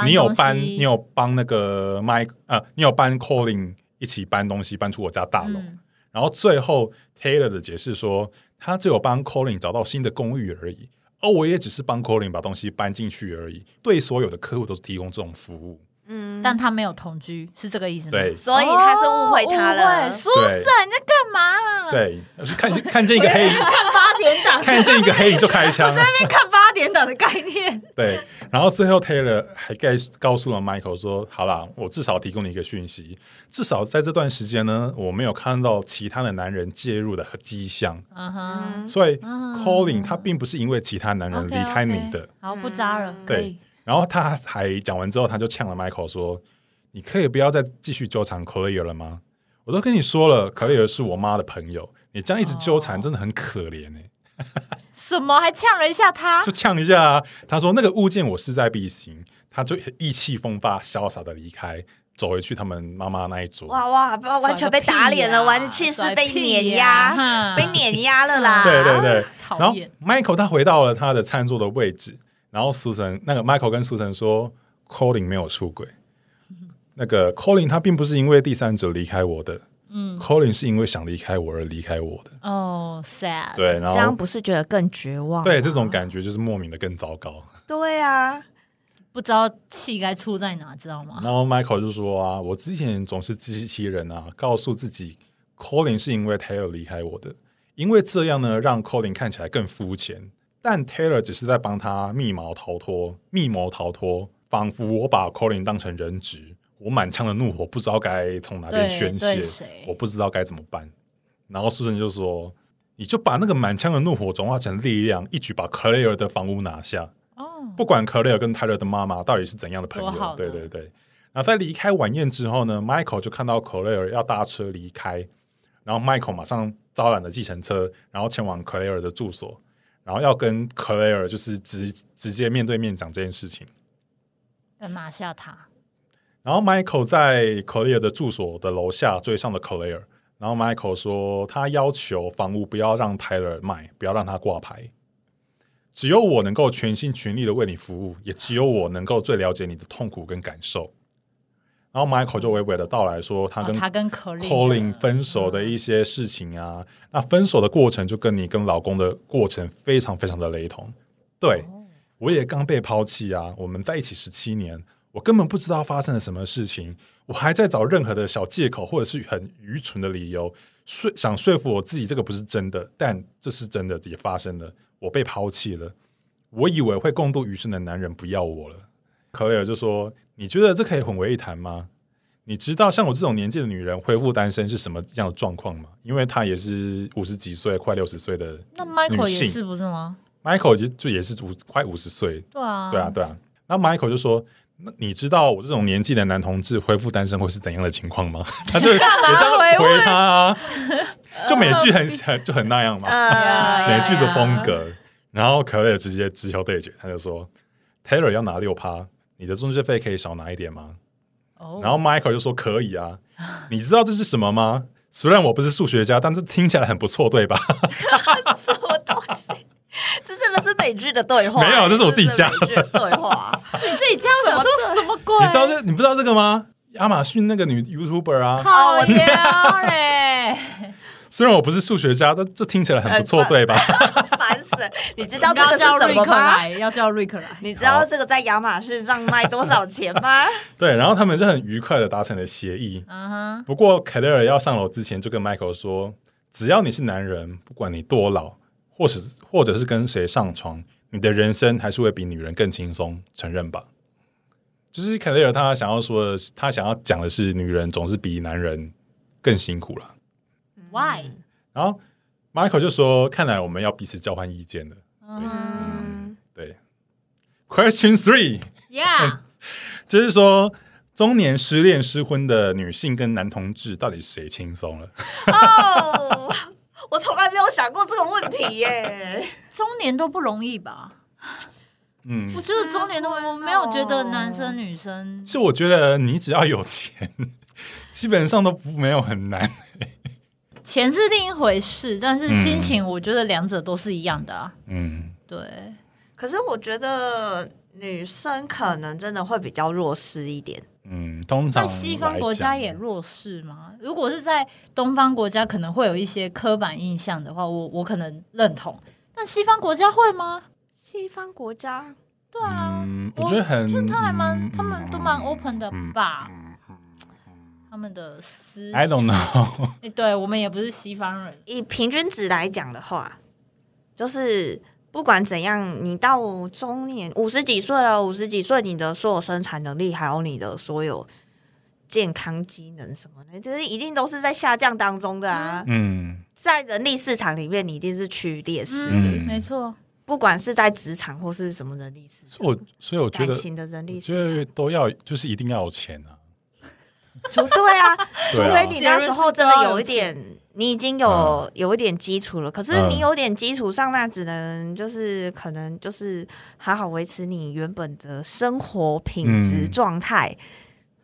Speaker 3: 你有
Speaker 1: 东
Speaker 3: 搬，
Speaker 1: 西
Speaker 3: 你有帮那个 Mike 呃，你有帮 Colin 一起搬东西，搬出我家大楼。
Speaker 1: 嗯
Speaker 3: 然后最后 Taylor 的解释说，他只有帮 Colin 找到新的公寓而已，而我也只是帮 Colin 把东西搬进去而已，对所有的客户都是提供这种服务。
Speaker 2: 嗯，
Speaker 1: 但他没有同居，是这个意思吗？
Speaker 3: 对
Speaker 2: 所以他是误会他了
Speaker 1: 哦误会。苏珊你在干嘛？，
Speaker 3: 对，要是看看见一个黑影，
Speaker 1: 看八点 档，在
Speaker 3: 看见一个黑影就开枪。
Speaker 1: 那边看八点档的概念。
Speaker 3: 对，然后最后 Taylor 还告告诉了 Michael 说：“好啦，我至少提供你一个讯息，至少在这段时间呢，我没有看到其他的男人介入的迹象，
Speaker 1: 嗯哼，
Speaker 3: 所以
Speaker 1: 嗯
Speaker 3: Colin 他并不是因为其他男人嗯离
Speaker 1: OK，
Speaker 3: 开你
Speaker 1: OK
Speaker 3: 的。
Speaker 1: 好不扎了，
Speaker 2: 嗯
Speaker 1: 可
Speaker 3: 对
Speaker 1: 以。
Speaker 3: 然后他还讲完之后，他就呛了 Michael 说：“你可以不要再继续纠缠 Claire 了吗？我都跟你说了，Claire 是我妈的朋友，你这样一直纠缠，
Speaker 1: 哦
Speaker 3: 真的很可怜哎、
Speaker 1: 什么还呛了一下他
Speaker 3: 就？呛一下、啊。他说：“那个物件我势在必行。”他就意气风发、潇洒的离开，走回去他们妈妈那一桌。
Speaker 2: 哇哇，不完全被打脸啊了，啊
Speaker 1: 甩个屁呀
Speaker 2: 完气势
Speaker 1: 甩
Speaker 2: 被
Speaker 1: 屁
Speaker 2: 碾
Speaker 1: 呀
Speaker 2: 压，
Speaker 1: 哈
Speaker 2: 被碾压了啦。
Speaker 3: 对对对，
Speaker 1: 讨
Speaker 3: 然后
Speaker 1: 厌
Speaker 3: Michael 他回到了他的餐桌的位置，然后 Susan 那个 Michael 跟 Susan 说，Colin 没有出轨，那个 Colin 他并不是因为第三者离开我的，嗯，Colin 是因为想离开我而离开我的，
Speaker 1: 哦，sad。
Speaker 3: 对，然
Speaker 2: 这样
Speaker 3: 后
Speaker 2: 不啊是觉得更绝望？
Speaker 3: 对这种，感觉就是莫名的更糟糕。
Speaker 2: 对啊，
Speaker 1: 不知道气该出在哪，知道吗？
Speaker 3: 然后 Michael 就说啊，我之前总是自欺欺人啊，告诉自己 Colin 是因为 Taylor 离开我的，因为这样呢让 Colin 看起来更肤浅，但 Taylor 只是在帮他密谋逃脱，密谋逃脱，仿佛我把 Colin 当成人质，我满腔的怒火不知道该从哪
Speaker 1: 对
Speaker 3: 边宣
Speaker 1: 对
Speaker 3: 泄
Speaker 1: 谁，
Speaker 3: 我不知道该怎么办。然后苏珊就说。你就把那个满腔的怒火转化成力量，一举把 Claire 的房屋拿下。
Speaker 1: 哦，
Speaker 3: 不管 Claire 跟 Taylor 的妈妈到底是怎样的朋
Speaker 1: 多
Speaker 3: 友，
Speaker 1: 好
Speaker 3: 对
Speaker 1: 的
Speaker 3: 对对。那在离开晚宴之后呢，Michael 就看到 Claire 要搭车离开，然后 Michael 马上招揽了计程车，然后前往 Claire 的住所，然后要跟 Claire 就是直直接面对面讲这件事情。
Speaker 1: 要拿下他。
Speaker 3: 然后 Michael 在 Claire 的住所的楼下追上了 Claire，然后 Michael 说他要求房屋不要让 Tyler 卖，不要让他挂牌。只有我能够全心全力的为你服务，也只有我能够最了解你的痛苦跟感受。然后 Michael 就娓娓的道来说，他
Speaker 1: 哦
Speaker 3: 跟
Speaker 1: 他跟 Colin
Speaker 3: Colin
Speaker 1: 的
Speaker 3: 分手的一些事情啊，那分手的过程就跟你跟老公的过程非常非常的雷同。对，我也刚被抛弃啊，我们在一起十七年，我根本不知道发生了什么事情，我还在找任何的小借口或者是很愚蠢的理由，说想说服我自己这个不是真的，但这是真的，也发生了，我被抛弃了，我以为会共度余生的男人不要我了。克雷尔就说：“你觉得这可以混为一谈吗？”你知道像我这种年纪的女人恢复单身是什么样的状况吗？因为她也是五十几岁，快六十岁的
Speaker 1: 那 Michael
Speaker 3: 女性
Speaker 1: 也是不是吗？
Speaker 3: Michael 就就也是五快五十岁，
Speaker 1: 对啊，
Speaker 3: 对啊，对啊。那 Michael 就说：“那你知道我这种年纪的男同志恢复单身会是怎样的情况吗？” 他就也这样
Speaker 1: 回
Speaker 3: 回他啊，就美剧很很就很那样 嘛。
Speaker 1: 嗯
Speaker 2: 呃，
Speaker 3: 美剧的风格。然后可乐直接直球对决，他就说：“Taylor 要拿六趴，你的中介费可以少拿一点吗？”
Speaker 1: 哦
Speaker 3: 然后 Michael 就说：“可以 啊，你知道这是什么吗？虽然我不是数学家，但是听起来很不错，对吧？
Speaker 2: 什么东西？这真的是美剧的对话，
Speaker 3: 没有这是我自己加的
Speaker 2: 这是美剧的对 话。
Speaker 1: 你自己这样想说什么鬼？
Speaker 3: 你知道这你不知道这个吗？亚马逊那个女 YouTuber 啊，
Speaker 1: 靠
Speaker 2: 哦
Speaker 1: 腰嘞！
Speaker 3: 虽然我不是数学家，但这听起来很不错，
Speaker 1: 呃
Speaker 2: 很棒
Speaker 3: 对吧？
Speaker 2: 烦死的，你知道这
Speaker 1: 要
Speaker 2: 个是
Speaker 1: 叫
Speaker 2: 什
Speaker 1: 瑞
Speaker 2: 么
Speaker 1: 克
Speaker 2: 吗？
Speaker 1: 来，要叫瑞克来。
Speaker 2: 你知道这个在亚马逊上卖多少钱吗？
Speaker 3: 对，然后他们就很愉快的达成了协议。
Speaker 1: 嗯哼，
Speaker 3: 不过凯勒尔要上楼之前就跟 Michael 说，只要你是男人，不管你多老，或是或者是跟谁上床，你的人生还是会比女人更轻松，承认吧。就是凯勒尔他想要说的是，他想要讲的是，女人总是比男人更辛苦了。
Speaker 2: 嗯
Speaker 1: Why？
Speaker 3: 然后 Michael 就说，看来我们要彼此交换意见了。
Speaker 1: 嗯
Speaker 2: 嗯，
Speaker 3: 对，Question Three。
Speaker 1: ，Yeah，
Speaker 3: 嗯就是说，中年失恋失婚的女性跟男同志到底谁轻松了？
Speaker 2: 哦，我从来没有想过这个问题耶。
Speaker 1: 中年都不容易吧？
Speaker 3: 嗯，
Speaker 1: 我觉得中年都，
Speaker 2: 失婚哦
Speaker 1: 我没有觉得男生女生
Speaker 3: 是我觉得你只要有钱，基本上都不没有很难。
Speaker 1: 钱是另一回事，但是
Speaker 3: 嗯
Speaker 1: 心情我觉得两者都是一样的啊。
Speaker 3: 嗯，
Speaker 1: 对，
Speaker 2: 可是我觉得女生可能真的会比较弱势一点。
Speaker 3: 嗯，通常
Speaker 1: 在西方国家也
Speaker 3: 来讲
Speaker 1: 弱势吗？如果是在东方国家，可能会有一些刻板印象的话，我我可能认同。但西方国家会吗？
Speaker 2: 西方国家，
Speaker 1: 对啊，
Speaker 3: 嗯，
Speaker 1: 我
Speaker 3: 我觉得很，
Speaker 1: 就他还蛮，
Speaker 3: 嗯
Speaker 1: 他们都蛮 open 的
Speaker 3: 嗯
Speaker 1: 吧？他们的思
Speaker 3: I
Speaker 1: 想
Speaker 3: don't know，
Speaker 1: 诶对我们也不是西方人，
Speaker 2: 以平均值来讲的话，就是不管怎样，你到中年五十几岁了，五十几岁，你的所有生产能力，还有你的所有健康机能什么的，就是一定都是在下降当中的啊。
Speaker 3: 嗯
Speaker 2: 在人力市场里面，你一定是趋于劣势，
Speaker 1: 嗯，
Speaker 3: 嗯
Speaker 1: 没错，
Speaker 2: 不管是在职场或是什么人力市场，
Speaker 3: 所以我所以我觉
Speaker 2: 感
Speaker 3: 得，
Speaker 2: 情的人
Speaker 3: 我
Speaker 2: 力
Speaker 3: 觉
Speaker 2: 市
Speaker 3: 得
Speaker 2: 场，
Speaker 3: 都要就是一定要有钱啊，
Speaker 2: 除对啊，除
Speaker 3: 对啊
Speaker 2: 非你那时候真的有一 点，你已经有
Speaker 3: 嗯
Speaker 2: 有一点基础了，可是你有点基础上，那只能就是可能就是好好维持你原本的生活品质
Speaker 3: 嗯
Speaker 2: 状态。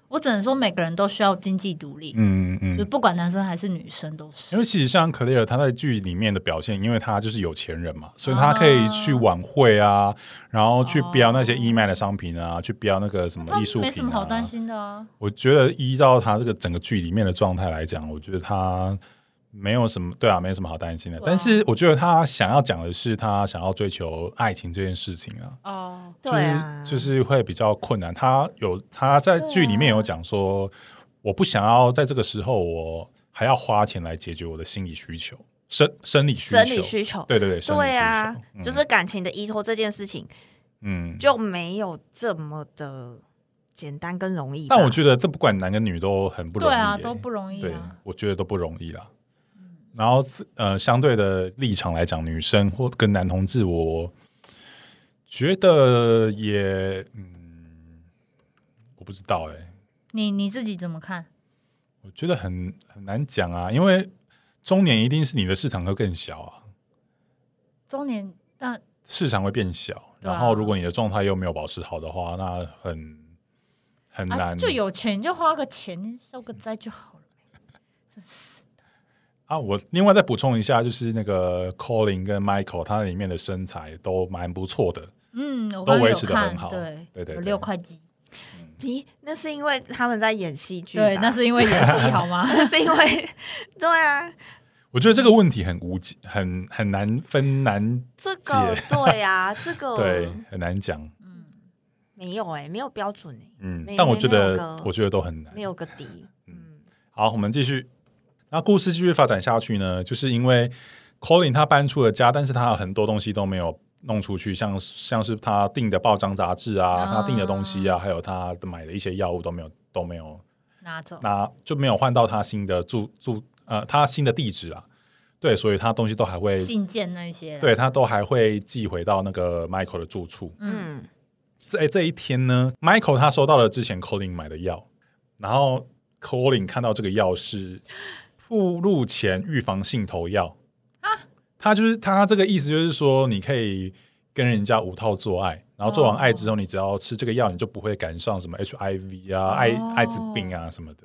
Speaker 1: 我只能说每个人都需要经济独立，
Speaker 3: 嗯嗯
Speaker 1: 就是不管男生还是女生都是
Speaker 3: 因。为其实像 Claire 她在剧里面的表现，因为她就是有钱人嘛，所以她可以去晚会啊，然后去标那些义卖的商品啊，去标那个什么
Speaker 1: 哦他
Speaker 3: 艺术
Speaker 1: 没什
Speaker 3: 品
Speaker 1: 么好
Speaker 3: 啊
Speaker 1: 担。心的啊，
Speaker 3: 我觉得依照她这个整个剧里面的状态来讲，我觉得她没有什么对啊，没什么好担心的。
Speaker 1: 对啊
Speaker 3: 但是我觉得她想要讲的是，她想要追求爱情这件事情啊。
Speaker 1: 哦，
Speaker 2: 对啊，
Speaker 3: 就是就是会比较困难。他有他在
Speaker 2: 对啊
Speaker 3: 剧里面有讲说，我不想要在这个时候我还要花钱来解决我的心理需求、生生理需求、
Speaker 2: 生理需求。
Speaker 3: 对对对，生理需
Speaker 2: 对啊
Speaker 3: 求，嗯
Speaker 2: 就是感情的依托这件事情
Speaker 3: 嗯。
Speaker 2: 就没有这么的简单跟容易吧。
Speaker 3: 但我觉得这不管男跟女都很不容易
Speaker 1: 对
Speaker 3: 耶、
Speaker 1: 啊，都不容易
Speaker 3: 对
Speaker 1: 啊，，
Speaker 3: 我觉得都不容易啦。然后呃，相对的立场来讲，女生或跟男同志，我觉得也嗯，我不知道哎、
Speaker 1: 你你自己怎么看？
Speaker 3: 我觉得很很难讲啊，因为中年一定是你的市场会更小啊，
Speaker 1: 中年那
Speaker 3: 市场会变小。
Speaker 1: 对啊
Speaker 3: 然后如果你的状态又没有保持好的话，那很很难。
Speaker 1: 啊就有钱就花个钱消个灾就好了。
Speaker 3: 啊我另外再补充一下，就是那个 Colin 跟 Michael，他里面的身材都蛮不错的。
Speaker 1: 嗯，我
Speaker 3: 都
Speaker 1: 刚刚
Speaker 3: 维
Speaker 1: 有
Speaker 3: 持得
Speaker 1: 看
Speaker 3: 很好
Speaker 1: 对
Speaker 3: 对对
Speaker 1: 有
Speaker 3: 对
Speaker 1: 六块肌，
Speaker 2: 咦，那是因为他们在演戏剧吧，
Speaker 1: 对，那是 因为演戏好 吗？
Speaker 2: 那是因为对啊，
Speaker 3: 我觉得这个问题很无解，很很难分难
Speaker 2: 这个对啊，这个
Speaker 3: 对，很难讲。
Speaker 2: 没有哎、没有标准哎、
Speaker 3: 嗯
Speaker 2: 没，
Speaker 3: 但我觉
Speaker 2: 没有
Speaker 3: 得
Speaker 2: 个
Speaker 3: 我觉得都很难
Speaker 2: 没。有个底。嗯，
Speaker 3: 好，我们继续。那故事继续发展下去呢，就是因为 Colin 他搬出了家，但是他有很多东西都没有弄出去，像像是他订的报章杂志啊，
Speaker 1: 啊
Speaker 3: 他订的东西啊，还有他买的一些药物都没有都没有
Speaker 1: 拿走，
Speaker 3: 拿，就没有换到他新的住住呃他新的地址啊。对，所以他东西都还会，
Speaker 1: 信件那些，，
Speaker 3: 对他都还会寄回到那个 Michael 的住处。
Speaker 1: 嗯，
Speaker 2: 嗯，
Speaker 3: 在这一天呢，Michael 他收到了之前 Colin 买的药，然后 Colin 看到这个药是铺路前预防性投药他就是他这个意思就是说，你可以跟人家无套做爱，然后做完爱之后，你只要吃这个药，你就不会感上什么 HIV 啊、艾
Speaker 1: 哦
Speaker 3: 艾滋病啊什么的，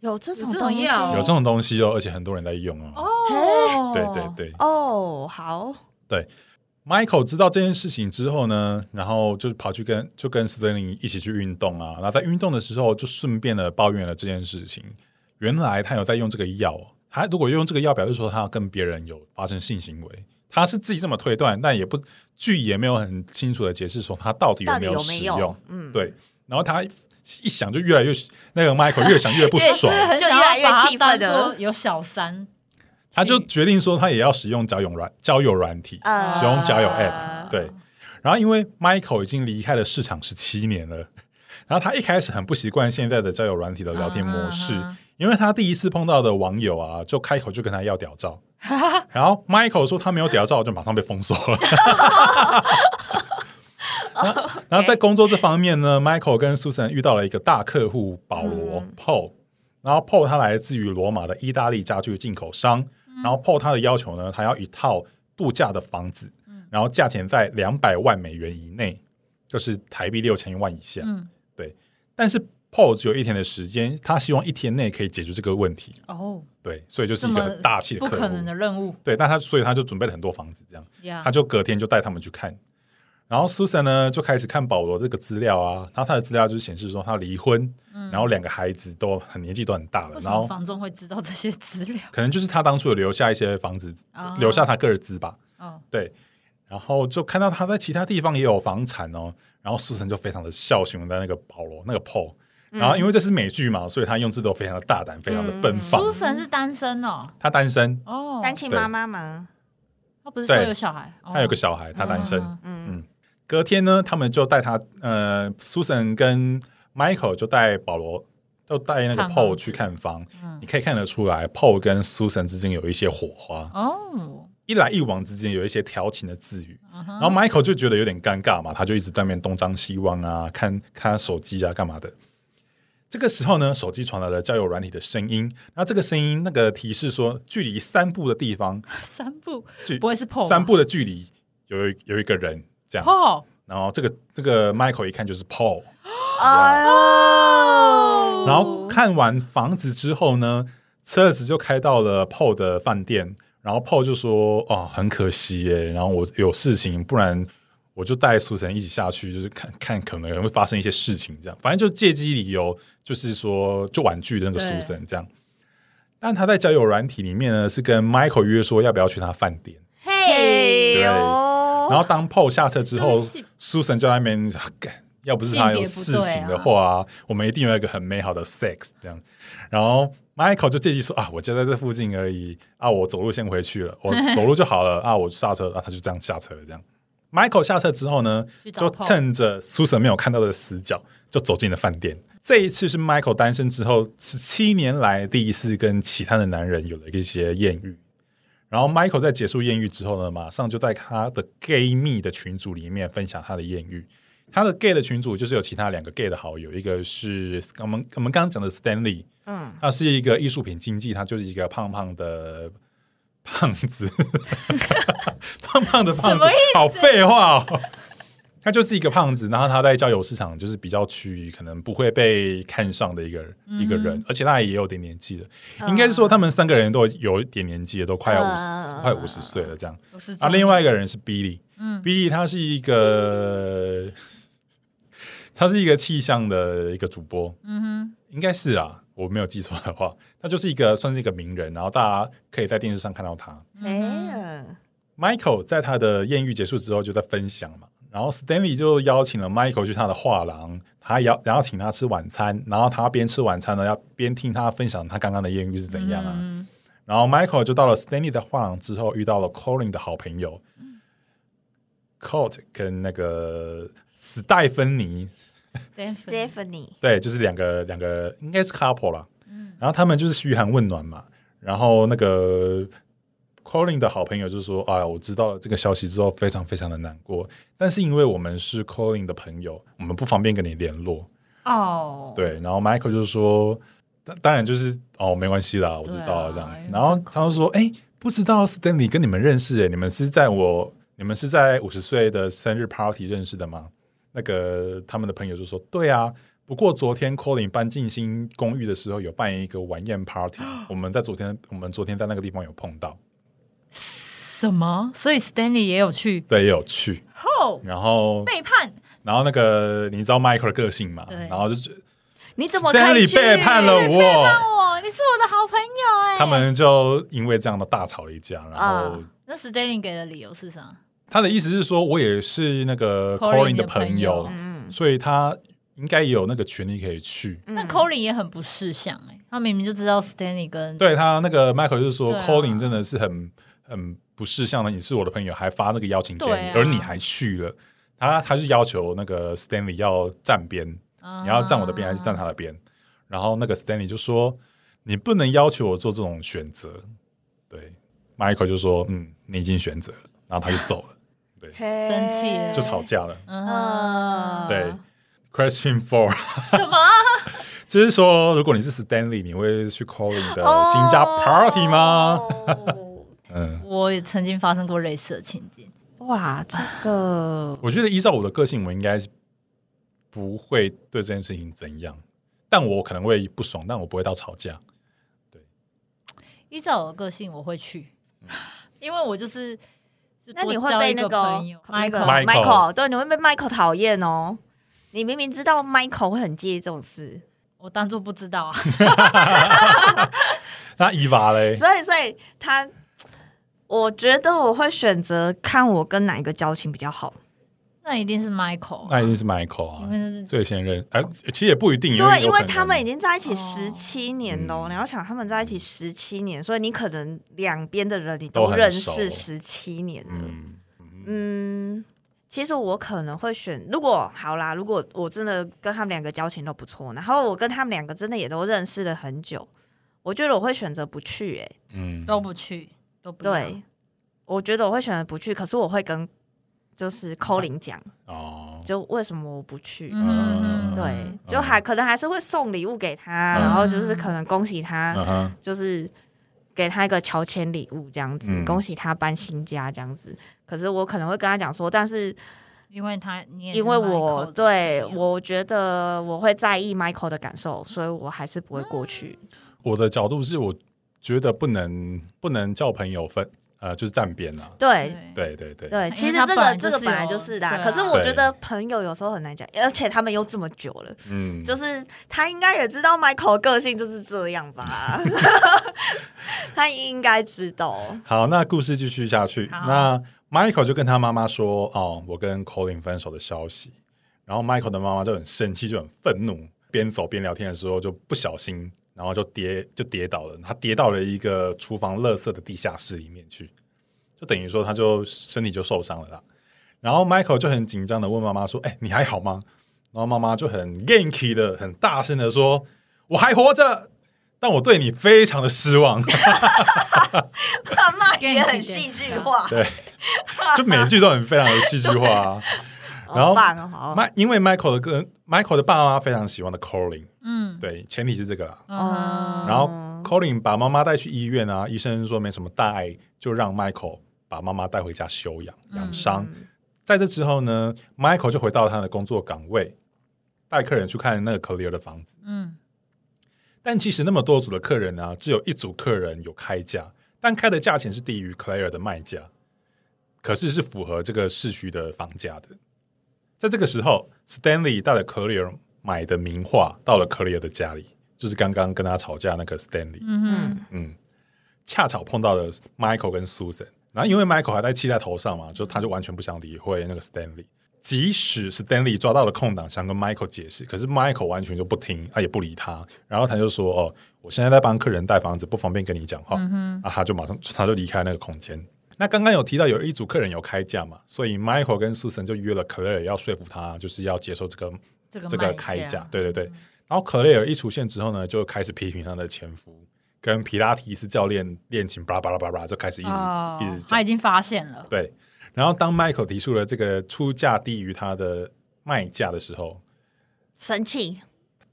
Speaker 2: 有这种
Speaker 1: 有这种
Speaker 2: 东西，
Speaker 1: 药哦
Speaker 3: 有这种东西哦，而且很多人在用哦。
Speaker 1: 哦，
Speaker 3: 对对对
Speaker 2: 哦，好，
Speaker 3: ，Michael 知道这件事情之后呢，然后就跑去跟就跟 Sterling 一起去运动啊，然后在运动的时候就顺便的抱怨了这件事情。原来他有在用这个药哦，他如果用这个药，表示说他要跟别人有发生性行为，他是自己这么推断，但也不剧也没有很清楚的解释说他到底
Speaker 2: 到
Speaker 3: 有
Speaker 2: 底
Speaker 3: 没有
Speaker 2: 有
Speaker 3: 使
Speaker 2: 没
Speaker 3: 用。
Speaker 2: 有？嗯，
Speaker 3: 对，然后他一想就越来越那个 Michael 越想越 不爽，
Speaker 1: 很
Speaker 2: 就
Speaker 1: 想
Speaker 2: 越来越
Speaker 1: 要把
Speaker 2: 气
Speaker 1: 它
Speaker 2: 愤
Speaker 1: 当
Speaker 2: 了
Speaker 1: 做有小三，
Speaker 3: 他就决定说他也要使用交友软交友软体，
Speaker 2: 呃
Speaker 3: 使用交友
Speaker 1: 呃
Speaker 3: App。对，然后因为 Michael 已经离开了市场十七年了， 然后他一开始很不习惯现在的交友软体的聊天模式，
Speaker 1: 嗯嗯嗯
Speaker 3: 因为他第一次碰到的网友啊，就开口就跟他要屌照，然后 Michael 说他没有屌照，就马上被封锁了。然后然后在工作这方面呢，Michael 跟 Susan 遇到了一个大客户保罗、Paul，然后 Paul 他来自于罗马的意大利家具进口商，
Speaker 1: 嗯
Speaker 3: 然后 Paul 他的要求呢，他要一套度假的房子，
Speaker 1: 嗯
Speaker 3: 然后价钱在两百万美元以内，就是台币六千万以下。
Speaker 1: 嗯，
Speaker 3: 对，但是 Paul 只有一天的时间，他希望一天内可以解决这个问题。
Speaker 1: 哦，
Speaker 3: 对，所以就是
Speaker 1: 这
Speaker 3: 一
Speaker 1: 么
Speaker 3: 个很大气的
Speaker 1: 不
Speaker 3: 客
Speaker 1: 可能
Speaker 3: 户。
Speaker 1: 的任务
Speaker 3: 对，但他所以他就准备了很多房子，这样
Speaker 1: 呀
Speaker 3: 他，就隔天就带他们去看。然后 Susan 呢就开始看保罗这个资料啊，然后他的资料就是显示说他离婚，然后两个孩子都很年纪都很大了，
Speaker 1: 嗯为什
Speaker 3: 然
Speaker 1: 么
Speaker 3: 后
Speaker 1: 房仲会知道这些资料？
Speaker 3: 可能就是他当初有留下一些房子，
Speaker 1: 哦
Speaker 3: 留下他个人资吧，
Speaker 1: 哦，
Speaker 3: 对，然后就看到他在其他地方也有房产哦，然后苏晨就非常的孝顺在那个保罗那个 Paul，然
Speaker 1: 嗯
Speaker 3: 后因为这是美剧嘛，所以他用字都非常的大胆，非常的奔放。
Speaker 1: 苏神是单身哦，
Speaker 3: 他单身，
Speaker 1: 哦，
Speaker 2: 单亲
Speaker 3: 对
Speaker 2: 妈妈嘛，
Speaker 1: 他不是说
Speaker 3: 对
Speaker 1: 有小孩，哦
Speaker 3: 他有个小孩，他单身。
Speaker 1: 嗯
Speaker 2: 嗯，
Speaker 3: 隔天呢，他们就带他呃，苏晨跟 Michael 就带保罗。就带那个
Speaker 1: 看房
Speaker 3: Paul
Speaker 1: 子
Speaker 3: 去看房，
Speaker 1: 嗯
Speaker 3: 你可以看得出来，Paul 跟 Susan 之间有一些火花，
Speaker 1: 哦，
Speaker 3: 一来一往之间有一些调情的字语。
Speaker 1: 嗯哼
Speaker 3: 然后 Michael 就觉得有点尴尬嘛，他就一直在那边东张西望啊，看看他手机啊，干嘛的。这个时候呢，手机传来了交友软体的声音，那这个声音那个提示说，距离三步的地方，
Speaker 1: 三步
Speaker 3: 距
Speaker 1: 不会啊是破吧
Speaker 3: 三步的距离有一有一个人这样。
Speaker 1: 破
Speaker 3: 然后这个这个 Michael 一看就是 Paul，
Speaker 2: 哎呦，
Speaker 3: 然后看完房子之后呢，车子就开到了 Paul 的饭店，然后 Paul 就说：“哦，很可惜耶，然后我有事情，不然我就带苏晨一起下去，就是看看可能会发生一些事情，这样，反正就借机理由，就是说就婉拒那个苏晨这样。”但他在交友软体里面呢，是跟 Michael 约说要不要去他饭店。
Speaker 1: 嘿，
Speaker 2: 嘿
Speaker 3: 对然
Speaker 2: 哟，
Speaker 3: 后当 Paul 下车之后
Speaker 1: 真是，
Speaker 3: 苏神就在那边啊干，要不是他有事情的话、我们一定有一个很美好的 sex 这样。然后 Michael 就借机说啊，我家在这附近而已啊，我走路先回去了，我走路就好了啊，我下车啊，他就这样下车了这样。Michael 下车之后呢，
Speaker 1: 去找
Speaker 3: 就
Speaker 1: Paul
Speaker 3: 趁着苏神没有看到的死角，就走进了饭店。这一次是 Michael 单身之后十七年来第一次跟其他的男人有了一些艳遇，然后 Michael 在结束艳遇之后呢，马上就在他的 gay 蜜的群组里面分享他的艳遇。他的 gay 的群组就是有其他两个 gay 的好友，一个是我们我们刚刚讲的 Stanley，
Speaker 2: 嗯，
Speaker 3: 他是一个艺术品经济，他就是一个胖胖的胖子， 胖胖的胖子，好废话哦。 他就是一个胖子，然后他在交友市场就是比较趋于可能不会被看上的一个人、
Speaker 1: 嗯
Speaker 3: 一个人，而且他也有点年纪了，应该是说他们三个人都有一点年纪了，都快要
Speaker 1: 呃
Speaker 3: 五十、
Speaker 2: 嗯
Speaker 3: 快五十岁了这样。
Speaker 1: 都是
Speaker 3: 啊，
Speaker 1: 中
Speaker 3: 另外一个人是 Billy，
Speaker 1: 嗯
Speaker 3: b i l l y 他是一个， 他是一个气象的一个主播，
Speaker 1: 嗯
Speaker 3: 应该是啊，我没有记错的话，他就是一个算是一个名人，然后大家可以在电视上看到他。
Speaker 1: 哼，
Speaker 2: 哎
Speaker 1: 嗯哼，
Speaker 2: 呀，
Speaker 3: Michael 在他的艳遇结束之后就在分享嘛，然后 Stanley 就邀请了 Michael 去他的画廊，他邀然后请他吃晚餐，然后他边吃晚餐呢要边听他分享他刚刚的艳遇是怎样啊。
Speaker 1: 嗯
Speaker 3: 然后 Michael 就到了 Stanley 的画廊之后，遇到了 Colin 的好朋友 Colt 跟那个史戴芬妮
Speaker 1: Stanford
Speaker 2: Stephanie，
Speaker 3: 对，就是两个两个应该是 couple 啦。然后他们就是嘘寒问暖嘛。然后那个 Colin 的好朋友就说：“啊，我知道了这个消息之后，非常非常的难过。但是因为我们是 Colin 的朋友，我们不方便跟你联络。
Speaker 1: 哦，
Speaker 3: 对，然后 Michael 就说：“当当然就是哦，没关系啦，我知道了、这
Speaker 1: 对啊因为
Speaker 3: 样。”然后他就说：“哎，不知道 Stanley 跟你们认识诶，你们是在我你们是在五十岁的生日 party 认识的吗？”那个他们的朋友就说：“对啊，不过昨天 Colin 搬进新公寓的时候，有办一个晚宴 party，我们在昨天我们昨天在那个地方有碰到，
Speaker 1: 什么？所以 Stanley 也有去
Speaker 3: 对，也有去。
Speaker 1: 后
Speaker 3: 然后
Speaker 1: 背叛，
Speaker 3: 然后那个你知道 Michael 的个性嘛？
Speaker 1: 对
Speaker 3: 然后就觉得
Speaker 2: 你怎么可以
Speaker 3: Stanley
Speaker 2: 去
Speaker 3: 背叛了我。”
Speaker 1: 我你是我的好朋友哎
Speaker 3: 他们就因为这样的大吵了一架，然后
Speaker 2: 啊
Speaker 1: 那 Stanley 给的理由是啥？
Speaker 3: 他的意思是说，我也是那个
Speaker 1: Corin
Speaker 3: Corin
Speaker 1: 的
Speaker 3: 的朋
Speaker 1: 朋友
Speaker 2: 嗯，
Speaker 3: 所以他应该也有那个权利可以去。
Speaker 1: 那
Speaker 2: 嗯
Speaker 1: Colin 也很不识相哎、他明明就知道 Stanley 跟
Speaker 3: 对他那个 Michael 就是说、
Speaker 1: 对啊
Speaker 3: c o l i n 真的是很很不识相的，你是我的朋友，还发那个邀请给你，
Speaker 1: 对啊
Speaker 3: 而你还去了。他他是要求那个 Stanley 要站边，
Speaker 1: 你
Speaker 3: 你要站我的边还是站他的边？然后那个 Stanley 就说：“你不能要求我做这种选择。”对，Michael 就说：“嗯，你已经选择了。”然后他就走了，
Speaker 2: 嘿嗯
Speaker 1: 生气了
Speaker 3: 就吵架了。
Speaker 1: 嗯
Speaker 2: 哎
Speaker 1: 啊？
Speaker 3: 对，Question Four
Speaker 1: 什么？
Speaker 3: 就是说，如果你是 Stanley，你会去 Colin 的新家 party 吗？
Speaker 2: 哦
Speaker 3: 嗯，
Speaker 1: 我也曾经发生过类似的情境，
Speaker 2: 哇，这个
Speaker 3: 我觉得依照我的个性，我应该是不会对这件事情怎样，但我可能会不爽，但我不会到吵架。
Speaker 1: 依照我的个性，我会去，
Speaker 3: 嗯
Speaker 1: 因为我就是就
Speaker 2: 那你
Speaker 1: 多
Speaker 2: 会
Speaker 1: 交
Speaker 2: 被
Speaker 1: 一
Speaker 2: 那
Speaker 1: 个
Speaker 2: 个
Speaker 1: 朋友
Speaker 2: 那个
Speaker 1: Michael
Speaker 3: Michael
Speaker 2: Michael 对，你会被 Michael 讨厌哦。你明明知道 Michael 会很介意这种事，
Speaker 1: 我当做不知道啊。
Speaker 3: 那伊 娃嘞？
Speaker 2: 所以所以他，我觉得我会选择看我跟哪一个交情比较好。
Speaker 1: 那一定是 Michael，啊、
Speaker 3: 那一定是 Michael 啊
Speaker 1: 因，为
Speaker 3: 最先任。哎、其实也不一定，
Speaker 2: 对，啊因
Speaker 3: 有可
Speaker 2: 为
Speaker 3: 能
Speaker 2: 他们已经在一起
Speaker 1: 哦
Speaker 2: 十七年喽、
Speaker 3: 嗯
Speaker 2: 你要想他们在一起十七年，所以你可能两边的人你
Speaker 3: 都
Speaker 2: 都
Speaker 3: 很
Speaker 2: 认
Speaker 3: 熟
Speaker 2: 识十七年了。
Speaker 3: 嗯
Speaker 2: 嗯，其实我可能会选，如果好啦，如果我真的跟他们两个交情都不错，然后我跟他们两个真的也都认识了很久，我觉得我会选择不去、欸。
Speaker 3: 嗯，
Speaker 1: 都不去，都不要
Speaker 2: 对，我觉得我会选择不去，可是我会跟就是扣零讲，
Speaker 3: 哦，
Speaker 2: 就为什么我不去。
Speaker 1: 嗯，
Speaker 2: 对，就还可能还是会送礼物给他，然后就是可能恭喜他，
Speaker 3: 嗯哼，
Speaker 2: 就是给他一个乔迁礼物这样子，
Speaker 3: 嗯
Speaker 2: 恭喜他搬新家这样子。可是我可能会跟他讲说，但是
Speaker 1: 因为他你也是
Speaker 2: 因为
Speaker 1: Michael
Speaker 2: 我
Speaker 1: 的
Speaker 2: 对
Speaker 1: 朋友
Speaker 2: 我觉得我会在意 Michael 的感受，所以我还是不会
Speaker 1: 嗯
Speaker 2: 过去。
Speaker 3: 我的角度是我觉得不能不能叫朋友分，呃，就是站边啊。
Speaker 2: 对
Speaker 3: 对对对，
Speaker 2: 对，
Speaker 1: 因为
Speaker 2: 其实
Speaker 1: 他
Speaker 2: 这
Speaker 1: 本来
Speaker 2: 个
Speaker 1: 就
Speaker 2: 这个
Speaker 1: 是
Speaker 2: 本来
Speaker 1: 有
Speaker 2: 就是的啊，
Speaker 1: 对啊
Speaker 2: 可是我觉得朋友有时候很难讲，而且他们又这么久了，
Speaker 3: 嗯，
Speaker 2: 就是他应该也知道 Michael 的个性就是这 样吧， 他应该知道。
Speaker 3: 好，那故事继续下去。
Speaker 1: 好
Speaker 3: 那 Michael 就跟他妈妈说：“哦，我跟 Colin 分手的消息。”然后 Michael 的妈妈就很生气，就很愤怒，边走边聊天的时候就不小心，然后就跌就跌倒了。他跌到了一个厨房垃圾的地下室里面去，就等于说他就身体就受伤了啦。然后 Michael 就很紧张的问妈妈说：“哎、你还好吗？”然后妈妈就很 ganky 的、很大声的说：“我还活着，但我对你非常的失望。”
Speaker 2: 他骂也很戏剧 化，
Speaker 3: 对，就每一句都很非常的戏剧化、啊。然
Speaker 2: 好
Speaker 3: 后
Speaker 2: 棒哦，
Speaker 3: 麦因为 Michael 的跟 Michael 的爸妈非常喜欢的 Colin，
Speaker 1: 嗯
Speaker 3: 对，前提是这个啦。
Speaker 2: 哦
Speaker 1: 嗯
Speaker 3: 然后 Colin 把妈妈带去医院啊，医生说没什么大碍，就让 Michael 把妈妈带回家休养养伤。
Speaker 2: 嗯
Speaker 3: 在这之后呢，Michael 就回到他的工作岗位，带客人去看那个 Clear 的房子。
Speaker 1: 嗯
Speaker 3: 但其实那么多组的客人啊，只有一组客人有开价，但开的价钱是低于 Claire 的卖价，可是是符合这个市区的房价的。在这个时候，Stanley 带了 Claire 买的名画到了 Claire 的家里，就是刚刚跟他吵架那个 Stanley，
Speaker 1: 嗯哼
Speaker 2: 嗯，
Speaker 3: 嗯，恰巧碰到了 Michael 跟 Susan，然后因为 Michael 还在气在头上嘛，就他就完全不想理会那个 Stanley。即使 Stanley 抓到了空档，想跟 Michael 解释，可是 Michael 完全就不听，啊他也不理他，然后他就说：“哦，我现在在帮客人带房子，不方便跟你讲话。啊，他就马上他就离开那个空间。那刚刚有提到有一组客人有开价嘛，所以 Michael 跟 Susan 就约了 Claire 要说服他，就是要接受这个
Speaker 1: 这个
Speaker 3: 这个
Speaker 1: 卖
Speaker 3: 开价，对对对。然后克雷尔一出现之后呢，就开始批评他的前夫跟皮拉提斯教练恋情，巴拉巴拉巴拉，就开始一直、
Speaker 1: 哦
Speaker 3: 一直
Speaker 1: 他
Speaker 3: 讲
Speaker 1: 已。经发现了，
Speaker 3: 对，然后当 Michael 提出了这个出价低于他的卖价的时候，
Speaker 2: 生气，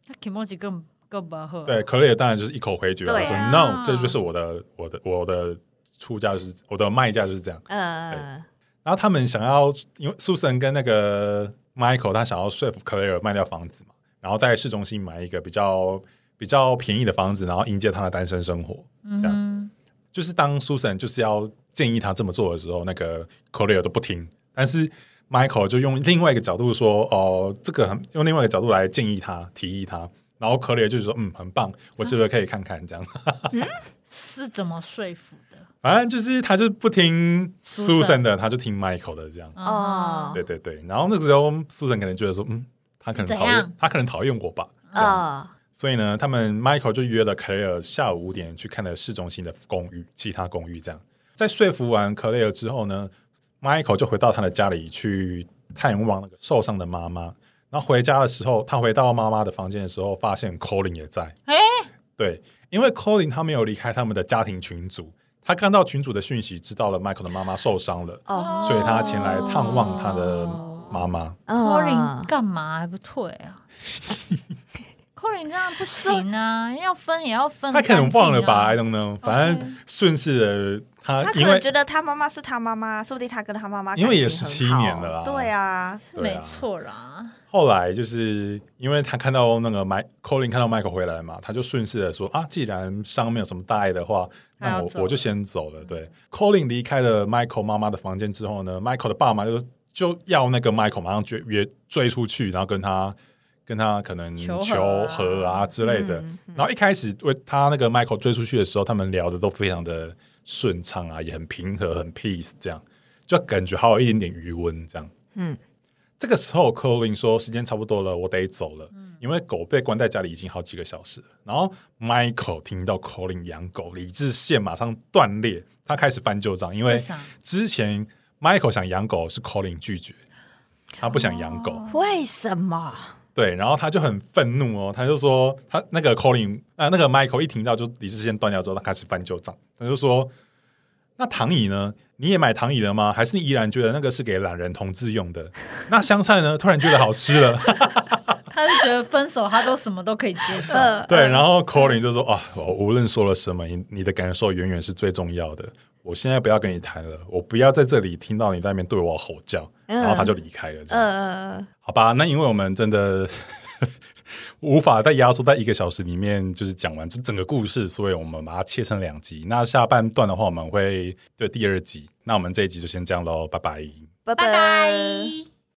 Speaker 1: 他 Kimoji 更更不好，
Speaker 3: 对克雷尔当然就是一口回绝，他
Speaker 2: 对
Speaker 3: 说
Speaker 1: 啊
Speaker 3: “No”，这就是我的我的我的出价就是我的卖价就是这样。
Speaker 2: 呃，
Speaker 3: 然后他们想要，因为苏神跟那个 Michael 他想要说服 Claire 卖掉房子嘛，然后在市中心买一个比较比较便宜的房子，然后迎接他的单身生活。
Speaker 1: 嗯
Speaker 3: 这
Speaker 1: 哼，
Speaker 3: 就是当苏神就是要建议他这么做的时候，那个 Claire 都不听，但是 Michael 就用另外一个角度说，哦，这个很用另外一个角度来建议他，提议他。然后 Claire 就是说，嗯，很棒，我这个可以看看这样。
Speaker 1: 是怎么说服的？
Speaker 3: 反正就是他就不听
Speaker 1: Susan
Speaker 3: Susan 的，他就听 Michael 的这样。
Speaker 1: 嗯
Speaker 2: 哦
Speaker 3: 对对对，然后那个时候 Susan 可能觉得说，嗯，他可能讨
Speaker 1: 怎
Speaker 3: 厌
Speaker 1: 样，
Speaker 3: 他可能讨厌我吧。
Speaker 2: 啊，
Speaker 3: 所以呢，他们 Michael 就约了 Claire 下午五点去看了市中心的公寓，其他公寓这样。在说服完 Claire 之后呢，Michael 就回到他的家里去探望那个受伤的妈妈。然后回家的时候，他回到妈妈的房间的时候，发现 Colin 也在。
Speaker 1: 哎
Speaker 3: 对，因为 Colin 他没有离开他们的家庭群组，他看到群组的讯息，知道了 Michael 的妈妈受伤了，
Speaker 2: 哦，
Speaker 3: 所以他前来
Speaker 1: 哦
Speaker 3: 探望他的妈妈。
Speaker 1: 柯林
Speaker 2: 啊
Speaker 1: 干嘛还不退 啊？柯林这样不行啊，要分也要分、
Speaker 3: 他可能忘了吧、i 啊
Speaker 1: 干净啊
Speaker 3: don't know。反正顺势的他，
Speaker 2: 他可
Speaker 3: 因为
Speaker 2: 能觉得他妈妈是他妈妈，说不定他跟他妈妈
Speaker 3: 因为也
Speaker 2: 感情很
Speaker 3: 17
Speaker 2: 好
Speaker 3: 年了啊
Speaker 2: 对啊，
Speaker 1: 啊，
Speaker 3: 对
Speaker 1: 没
Speaker 3: 啊
Speaker 1: 错啦。
Speaker 3: 后来就是因为他看到那个 Mike Colin 看到 Michael 回来嘛，他就顺势的说啊，既然伤没有什么大碍的话，
Speaker 1: 他
Speaker 3: 那
Speaker 1: 要
Speaker 3: 我
Speaker 1: 走
Speaker 3: 我就先走了。对，Colin 离开了 Michael 妈妈的房间之后呢，Michael 的爸妈就就要那个 Michael 马上追约追出去，然后跟他跟他可能
Speaker 1: 求和啊
Speaker 3: 求和啊之类的。
Speaker 2: 嗯
Speaker 3: 然后一开始为他那个 Michael 追出去的时候，他们聊的都非常的顺畅啊，也很平和，很 peace，这样就感觉还有一点点余温这样。
Speaker 2: 嗯，
Speaker 3: 这个时候 Colin 说时间差不多了，我得走了，因为狗被关在家里已经好几个小时了。然后 Michael 听到 Colin 养狗，理智线马上断裂，他开始翻旧账，因为
Speaker 1: 为啥
Speaker 3: 之前 Michael 想养狗是 Colin 拒绝，他不想养狗。
Speaker 2: 为什么？
Speaker 3: 对，然后他就很愤怒哦，他就说他那个 Colin 啊、那个 Michael 一听到就理智线断掉之后，他开始翻旧账，他就说：“那躺椅呢？你也买躺椅了吗？还是你依然觉得那个是给懒人同志用的？那香菜呢？突然觉得好吃了。
Speaker 1: 他是觉得分手他都什么都可以接受，
Speaker 2: 呃”
Speaker 3: 对，然后 Colin 就说：“啊，我无论说了什么，你你的感受远远是最重要的。我现在不要跟你谈了，我不要在这里听到你在那边对我吼叫。”然后他就离开了。这样。
Speaker 2: 呃，
Speaker 3: 好吧，那因为我们真的 无法再压缩在一个小时里面，就是讲完这整个故事，所以我们把它切成两集。那下半段的话，我们会对第二集。那我们这一集就先这样喽，拜拜。
Speaker 2: 拜
Speaker 1: 拜拜。